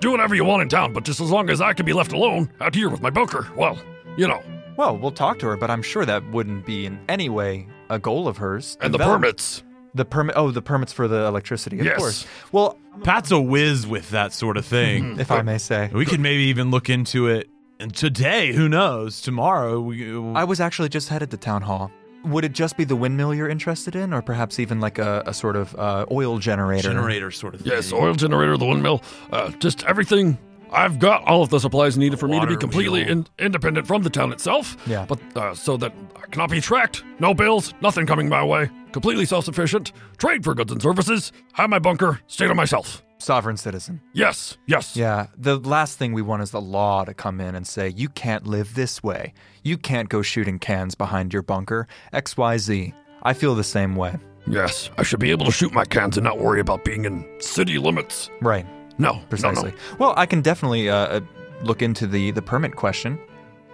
[SPEAKER 11] do whatever you want in town, but just as long as I can be left alone out here with my bunker, well, you know,
[SPEAKER 3] Well, we'll talk to her, but I'm sure that wouldn't be in any way a goal of hers.
[SPEAKER 11] and the
[SPEAKER 3] Develop-
[SPEAKER 11] permits.
[SPEAKER 3] The permit. Oh, the permits for the electricity, of
[SPEAKER 11] Yes.
[SPEAKER 3] course. Well,
[SPEAKER 2] Pat's a whiz with that sort of thing.
[SPEAKER 3] if I may say,
[SPEAKER 2] we could maybe even look into it. And today, who knows? Tomorrow, we, uh,
[SPEAKER 3] I was actually just headed to town hall. Would it just be the windmill you're interested in, or perhaps even like a, a sort of uh, oil generator?
[SPEAKER 2] generator sort of thing.
[SPEAKER 11] Yes, oil generator, the windmill, uh, just everything. I've got all of the supplies needed for me to be
[SPEAKER 2] Water
[SPEAKER 11] completely
[SPEAKER 2] wheel.
[SPEAKER 11] in, independent from the town itself.
[SPEAKER 3] Yeah.
[SPEAKER 11] But uh, so that I cannot be tracked, no bills, nothing coming my way. Completely self-sufficient. Trade for goods and services. Have my bunker. Stay to myself.
[SPEAKER 3] Sovereign citizen.
[SPEAKER 11] Yes. Yes.
[SPEAKER 3] Yeah. The last thing we want is the law to come in and say you can't live this way. You can't go shooting cans behind your bunker. X, Y, Z. I feel the same way.
[SPEAKER 11] Yes. I should be able to shoot my cans and not worry about being in city limits.
[SPEAKER 3] Right.
[SPEAKER 11] No. no, no.
[SPEAKER 3] Precisely. Well, I can definitely uh, uh, look into the, the permit question,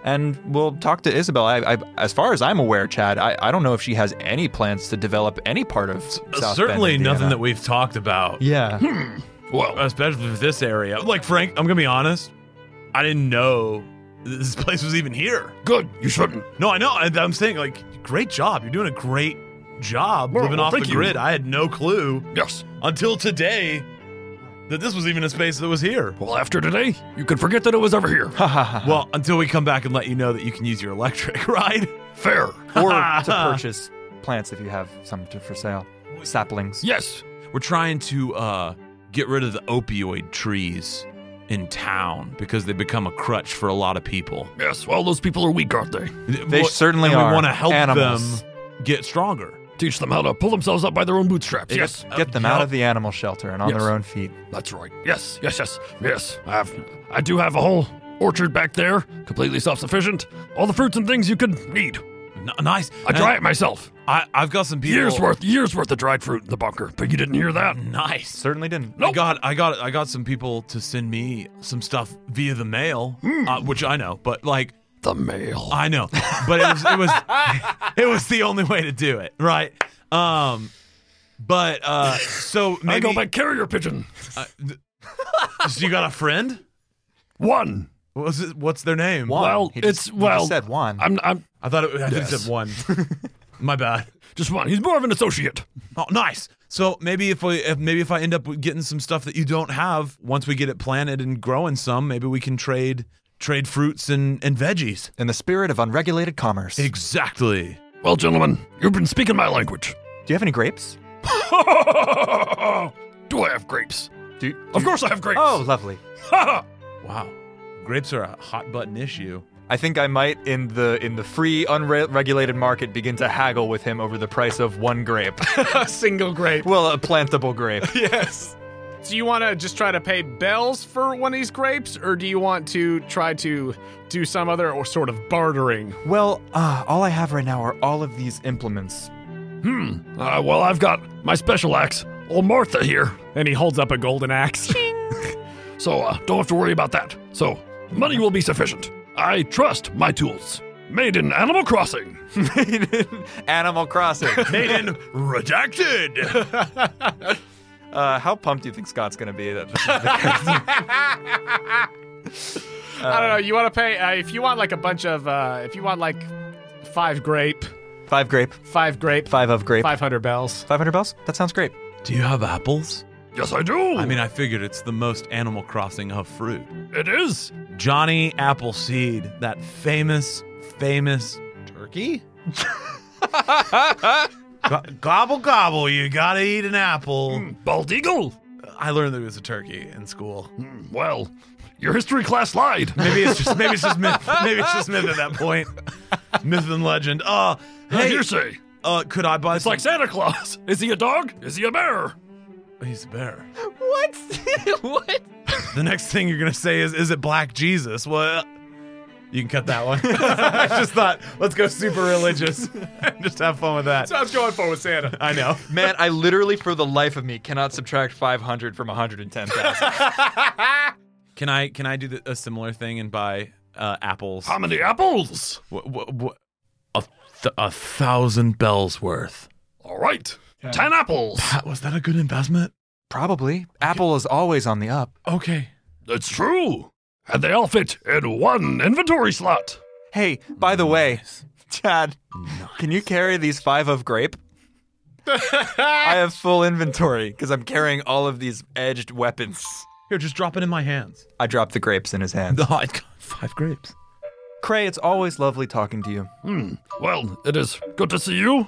[SPEAKER 3] and we'll talk to Isabel. I, I, as far as I'm aware, Chad, I, I don't know if she has any plans to develop any part of S- South
[SPEAKER 2] certainly
[SPEAKER 3] Bend,
[SPEAKER 2] nothing that
[SPEAKER 3] Indiana.
[SPEAKER 2] we've talked about,
[SPEAKER 3] Yeah.
[SPEAKER 11] Well,
[SPEAKER 2] especially with this area. Like Frank, I'm gonna be honest, I didn't know th- this place was even here.
[SPEAKER 11] good. You shouldn't.
[SPEAKER 2] No, I know. I, I'm saying like, great job. You're doing a great job
[SPEAKER 11] Well,
[SPEAKER 2] living
[SPEAKER 11] well,
[SPEAKER 2] off the
[SPEAKER 11] thank you.
[SPEAKER 2] grid. I had no clue
[SPEAKER 11] Yes.
[SPEAKER 2] until today that this was even a space that was here.
[SPEAKER 11] Well, after today, you can forget that it was ever here.
[SPEAKER 3] Uh-huh.
[SPEAKER 2] Well, until we come back and let you know that you can use your electric Uh-huh. ride.
[SPEAKER 11] Fair.
[SPEAKER 3] or to purchase plants if you have some to, for sale, saplings.
[SPEAKER 11] Yes.
[SPEAKER 2] We're trying to uh, get rid of the opioid trees in town because they become a crutch for a lot of people.
[SPEAKER 11] Yes. Well, those people are weak, aren't they?
[SPEAKER 2] They
[SPEAKER 3] certainly
[SPEAKER 2] and
[SPEAKER 3] are.
[SPEAKER 2] We want to help
[SPEAKER 3] Animals.
[SPEAKER 2] them get stronger. Uh,
[SPEAKER 11] Teach them how to pull themselves up by their own bootstraps. Yes.
[SPEAKER 3] Get them out of the animal shelter and on
[SPEAKER 11] Yes.
[SPEAKER 3] their own feet.
[SPEAKER 11] That's right. Yes, yes, yes, yes. I have, I do have a whole orchard back there, completely self-sufficient. All the fruits and things you could need.
[SPEAKER 2] nice.
[SPEAKER 11] I dry it myself.
[SPEAKER 2] I, I've got some beautiful
[SPEAKER 11] years worth, years worth of dried fruit in the bunker. But you didn't hear that.
[SPEAKER 2] Nice.
[SPEAKER 3] Certainly didn't.
[SPEAKER 2] I got I got I got some people to send me some stuff via the mail, uh,
[SPEAKER 11] Hmm.
[SPEAKER 2] which I know, but like
[SPEAKER 11] the mail.
[SPEAKER 2] I know, but it was it was it was the only way to do it, right? Um, but uh, so maybe
[SPEAKER 11] I go by carrier pigeon.
[SPEAKER 2] Uh, th- so you got a friend?
[SPEAKER 11] One.
[SPEAKER 2] What's it, what's their name?
[SPEAKER 11] Well, He just- it's- he just well, said
[SPEAKER 3] one.
[SPEAKER 11] I'm, I'm.
[SPEAKER 2] I thought it, I think it
[SPEAKER 11] Yes.
[SPEAKER 2] said one. My bad.
[SPEAKER 11] Just one. He's more of an associate.
[SPEAKER 2] Oh, nice. So maybe if we, if maybe if I end up getting some stuff that you don't have, once we get it planted and growing some, maybe we can trade trade fruits and and veggies.
[SPEAKER 3] In the spirit of unregulated commerce.
[SPEAKER 2] Exactly.
[SPEAKER 11] Well, gentlemen, you've been speaking my language.
[SPEAKER 3] Do you have any grapes?
[SPEAKER 11] Do I have grapes?
[SPEAKER 3] Do you,
[SPEAKER 11] Of course I have grapes.
[SPEAKER 3] Oh, lovely.
[SPEAKER 2] Wow. Grapes are a hot button issue.
[SPEAKER 3] I think I might in the in the free unregulated market begin to haggle with him over the price of one grape.
[SPEAKER 1] a single grape.
[SPEAKER 3] well, a plantable grape.
[SPEAKER 1] Yes. Do you want to just try to pay bells for one of these grapes, or do you want to try to do some other or sort of bartering?
[SPEAKER 3] Well, uh, all I have right now are all of these implements.
[SPEAKER 11] Hmm. Uh, well, I've got my special axe, old Martha here.
[SPEAKER 1] And he holds up a golden axe.
[SPEAKER 11] so uh, don't have to worry about that. So money will be sufficient. I trust my tools. Made in Animal Crossing.
[SPEAKER 3] Animal Crossing.
[SPEAKER 2] Maiden redacted.
[SPEAKER 3] Uh, how pumped do you think Scott's gonna be? That this is the
[SPEAKER 1] I don't know. You want to pay uh, if you want like a bunch of uh, if you want like five grape,
[SPEAKER 3] five grape,
[SPEAKER 1] five grape,
[SPEAKER 3] five of grape,
[SPEAKER 1] five hundred bells.
[SPEAKER 3] five hundred bells. That sounds great.
[SPEAKER 2] Do you have apples?
[SPEAKER 11] Yes, I do.
[SPEAKER 2] I mean, I figured it's the most Animal Crossing of fruit.
[SPEAKER 11] it is.
[SPEAKER 2] Johnny Appleseed, that famous, famous turkey. Go- gobble gobble, you gotta eat an apple.
[SPEAKER 11] Bald eagle. Hmm,
[SPEAKER 2] I learned that it was a turkey in school.
[SPEAKER 11] Well, your history class lied.
[SPEAKER 2] Maybe it's just maybe it's just myth. Maybe it's just myth at that point. Myth and legend. Uh,
[SPEAKER 11] Hey.
[SPEAKER 2] hey,
[SPEAKER 11] Hearsay.
[SPEAKER 2] uh, could I buy?
[SPEAKER 11] It's like Santa Claus. Is he a dog? Is he a bear?
[SPEAKER 2] he's a bear.
[SPEAKER 3] What? what?
[SPEAKER 2] The next thing you're gonna say is, "Is it Black Jesus?" Well, you can cut that one. I just thought, let's go super religious and just have fun with that.
[SPEAKER 1] So I was going for with Santa.
[SPEAKER 2] I know.
[SPEAKER 3] Man, I literally, for the life of me, cannot subtract five hundred from one hundred and ten thousand.
[SPEAKER 2] Can I can I do the, a similar thing and buy uh, apples?
[SPEAKER 11] How many apples?
[SPEAKER 2] a, th- a thousand bells worth.
[SPEAKER 11] All right. Ten apples.
[SPEAKER 2] was that a good investment?
[SPEAKER 3] Probably. Apple is always on the up.
[SPEAKER 2] Okay.
[SPEAKER 11] That's true. And they all fit in one inventory slot.
[SPEAKER 3] Hey, by the way, Chad, can you carry these five of grape? I have full inventory because I'm carrying all of these edged weapons.
[SPEAKER 2] Here, just drop it in my hands.
[SPEAKER 3] I dropped the grapes in his hand.
[SPEAKER 2] Oh, Five grapes.
[SPEAKER 3] Cray, it's always lovely talking to you.
[SPEAKER 11] Well, it is good to see you.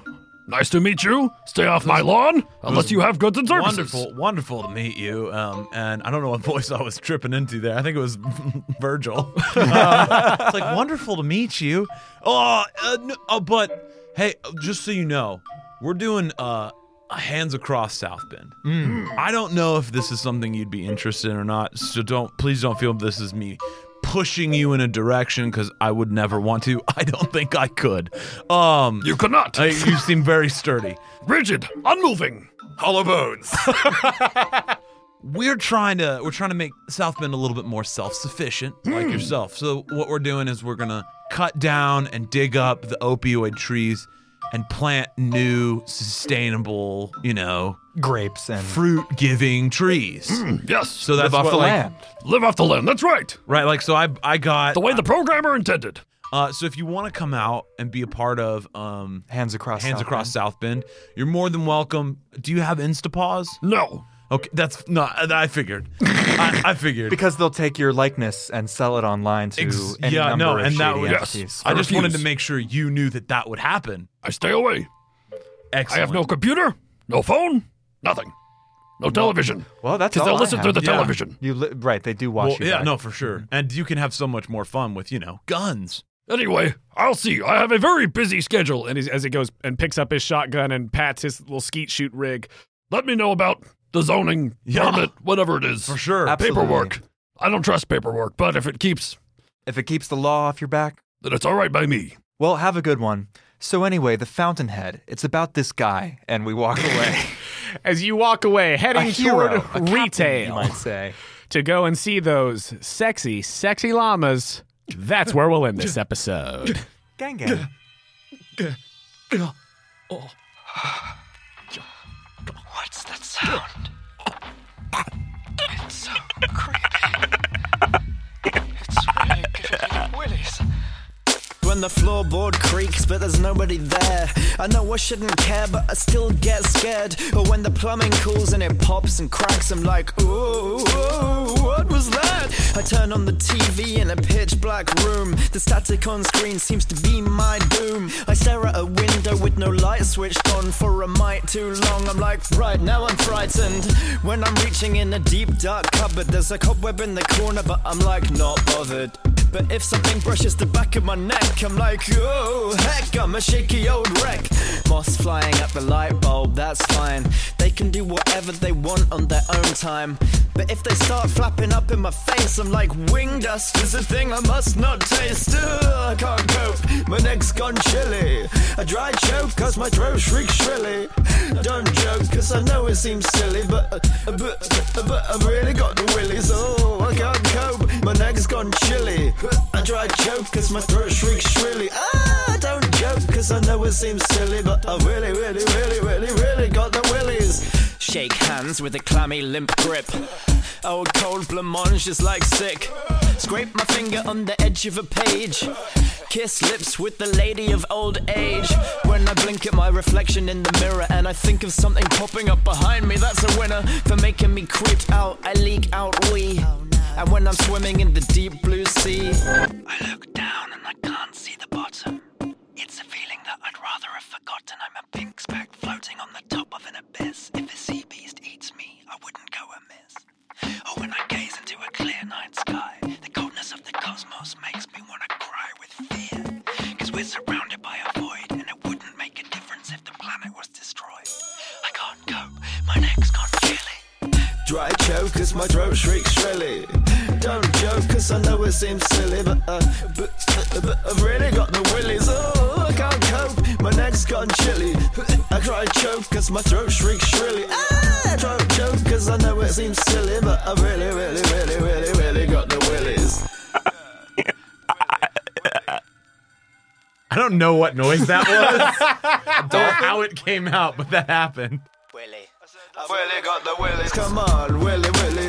[SPEAKER 11] Nice to meet you. Stay off my lawn unless you have goods and services.
[SPEAKER 2] Wonderful, wonderful to meet you. Um, and I don't know what voice I was tripping into there. I think it was Virgil. Um, it's like wonderful to meet you. Oh, uh, no, oh, but hey, just so you know, we're doing uh, a hands across South Bend. I don't know if this is something you'd be interested in or not. So don't, please don't feel this is me pushing you in a direction because I would never want to. I don't think I could. Um,
[SPEAKER 11] You cannot.
[SPEAKER 2] I- you seem very sturdy.
[SPEAKER 11] Rigid, unmoving.
[SPEAKER 3] Hollow bones.
[SPEAKER 2] we're trying to we're trying to make South Bend a little bit more self-sufficient like yourself. So what we're doing is we're going to cut down and dig up the opioid trees and plant new sustainable, you know,
[SPEAKER 3] grapes and
[SPEAKER 2] fruit-giving trees.
[SPEAKER 11] Yes.
[SPEAKER 2] So that's
[SPEAKER 3] off
[SPEAKER 2] what,
[SPEAKER 3] the
[SPEAKER 2] like-
[SPEAKER 3] land.
[SPEAKER 11] live off the Hmm. land. That's right.
[SPEAKER 2] Right, like so I I got
[SPEAKER 11] The way the programmer intended.
[SPEAKER 2] uh so if you want to come out and be a part of um
[SPEAKER 3] Hands across.
[SPEAKER 2] Hands
[SPEAKER 3] South
[SPEAKER 2] Across
[SPEAKER 3] Bend.
[SPEAKER 2] South Bend, you're more than welcome. Do you have Instapause?
[SPEAKER 11] No.
[SPEAKER 2] Okay, that's not I figured. I, I figured.
[SPEAKER 3] Because they'll take your likeness and sell it online to
[SPEAKER 2] Ex-
[SPEAKER 3] any
[SPEAKER 2] yeah,
[SPEAKER 3] number
[SPEAKER 2] no,
[SPEAKER 3] of
[SPEAKER 2] and that
[SPEAKER 3] shady
[SPEAKER 2] would-
[SPEAKER 11] Yes.
[SPEAKER 3] entities.
[SPEAKER 2] I,
[SPEAKER 11] I
[SPEAKER 2] just
[SPEAKER 11] refuse.
[SPEAKER 2] wanted to make sure you knew that that would happen.
[SPEAKER 11] I stay away.
[SPEAKER 2] Excellent.
[SPEAKER 11] I have no computer, no phone, nothing. No television.
[SPEAKER 3] Well, that's
[SPEAKER 11] Because
[SPEAKER 3] all
[SPEAKER 11] they'll
[SPEAKER 3] I
[SPEAKER 11] listen through
[SPEAKER 3] have.
[SPEAKER 11] the
[SPEAKER 2] Yeah.
[SPEAKER 11] television.
[SPEAKER 3] You li- right? They do watch
[SPEAKER 2] Well,
[SPEAKER 3] you.
[SPEAKER 2] yeah,
[SPEAKER 11] Mm-hmm.
[SPEAKER 3] back.
[SPEAKER 2] no, for sure. And you can have so much more fun with you know guns.
[SPEAKER 11] Anyway, I'll see. I have a very busy schedule.
[SPEAKER 1] And he's, as he goes and picks up his shotgun and pats his little skeet shoot rig,
[SPEAKER 11] let me know about the zoning
[SPEAKER 1] Yeah.
[SPEAKER 11] permit, whatever it is.
[SPEAKER 1] For sure. Absolutely.
[SPEAKER 11] Paperwork. I don't trust paperwork, but if it keeps
[SPEAKER 3] if it keeps the law off your back,
[SPEAKER 11] then it's all right by me.
[SPEAKER 3] Well, have a good one. So anyway, the Fountainhead. It's about this guy, and we walk away.
[SPEAKER 1] As you walk away, heading
[SPEAKER 3] a hero,
[SPEAKER 1] toward
[SPEAKER 3] a captain,
[SPEAKER 1] retail.
[SPEAKER 3] you might say.
[SPEAKER 1] to go and see those sexy, sexy llamas. That's where we'll end this episode.
[SPEAKER 3] Gang gang.
[SPEAKER 6] What's that sound? It's so creepy. It's really giving me the willies.
[SPEAKER 13] When the floorboard creaks, but there's nobody there. I know I shouldn't care, but I still get scared. Or when the plumbing cools and it pops and cracks, I'm like, ooh, ooh, what was that? I turn on the TV in a pitch black room. The static on screen seems to be my doom. I stare at a window with no light switched on for a mite too long. I'm like, right now I'm frightened. When I'm reaching in a deep dark cupboard, there's a cobweb in the corner, but I'm like, not bothered. But if something brushes the back of my neck, I'm like, oh, heck, I'm a shaky old wreck. Moss flying at the light bulb, that's fine. They can do whatever they want on their own time. But if they start flapping up in my face, I'm like, wing dust is a thing I must not taste. Ugh, I can't cope, my neck's gone chilly. A dry choke, cause my throat shrieks shrilly. Don't joke, cause I know it seems silly, but, uh, but, but, but I've really got the willies. Oh, I can't cope, my neck's gone chilly. I try choke cause my throat shrieks shrilly. Ah, don't joke cause I know it seems silly, but I really, really, really, really, really got the willies. Shake hands with a clammy, limp grip. Old cold blancmange is like sick. Scrape my finger on the edge of a page. Kiss lips with the lady of old age. When I blink at my reflection in the mirror and I think of something popping up behind me, that's a winner for making me creeped out. I leak out wee. And when I'm swimming in the deep blue sea, I look down and I can't see the bottom. It's a feeling that I'd rather have forgotten. I'm a pink speck floating on the top of an abyss. If a sea beast eats me, I wouldn't go amiss. Oh, when I gaze into a clear night sky, the coldness of the cosmos makes me want to cry with fear. Cause we're surrounded by a void, and it wouldn't make a difference if the planet was destroyed. I can't cope, my neck's gone chilly. Dry choke cause my throat shrieks shrilly. Don't joke cause I know it seems silly, but, uh, but, but, but I've really got the willies. Oh, I can't cope, my neck's gone chilly. I cry choke cause my throat shrieks shrilly. Ah, throat choke cause I know it seems silly, but I've really, really, really, really, really got the willies.
[SPEAKER 2] I don't know what noise that was or how it came out, but that happened.
[SPEAKER 13] Willie got the willies. Come on, uh, Willie, Willie, Uh, Uh.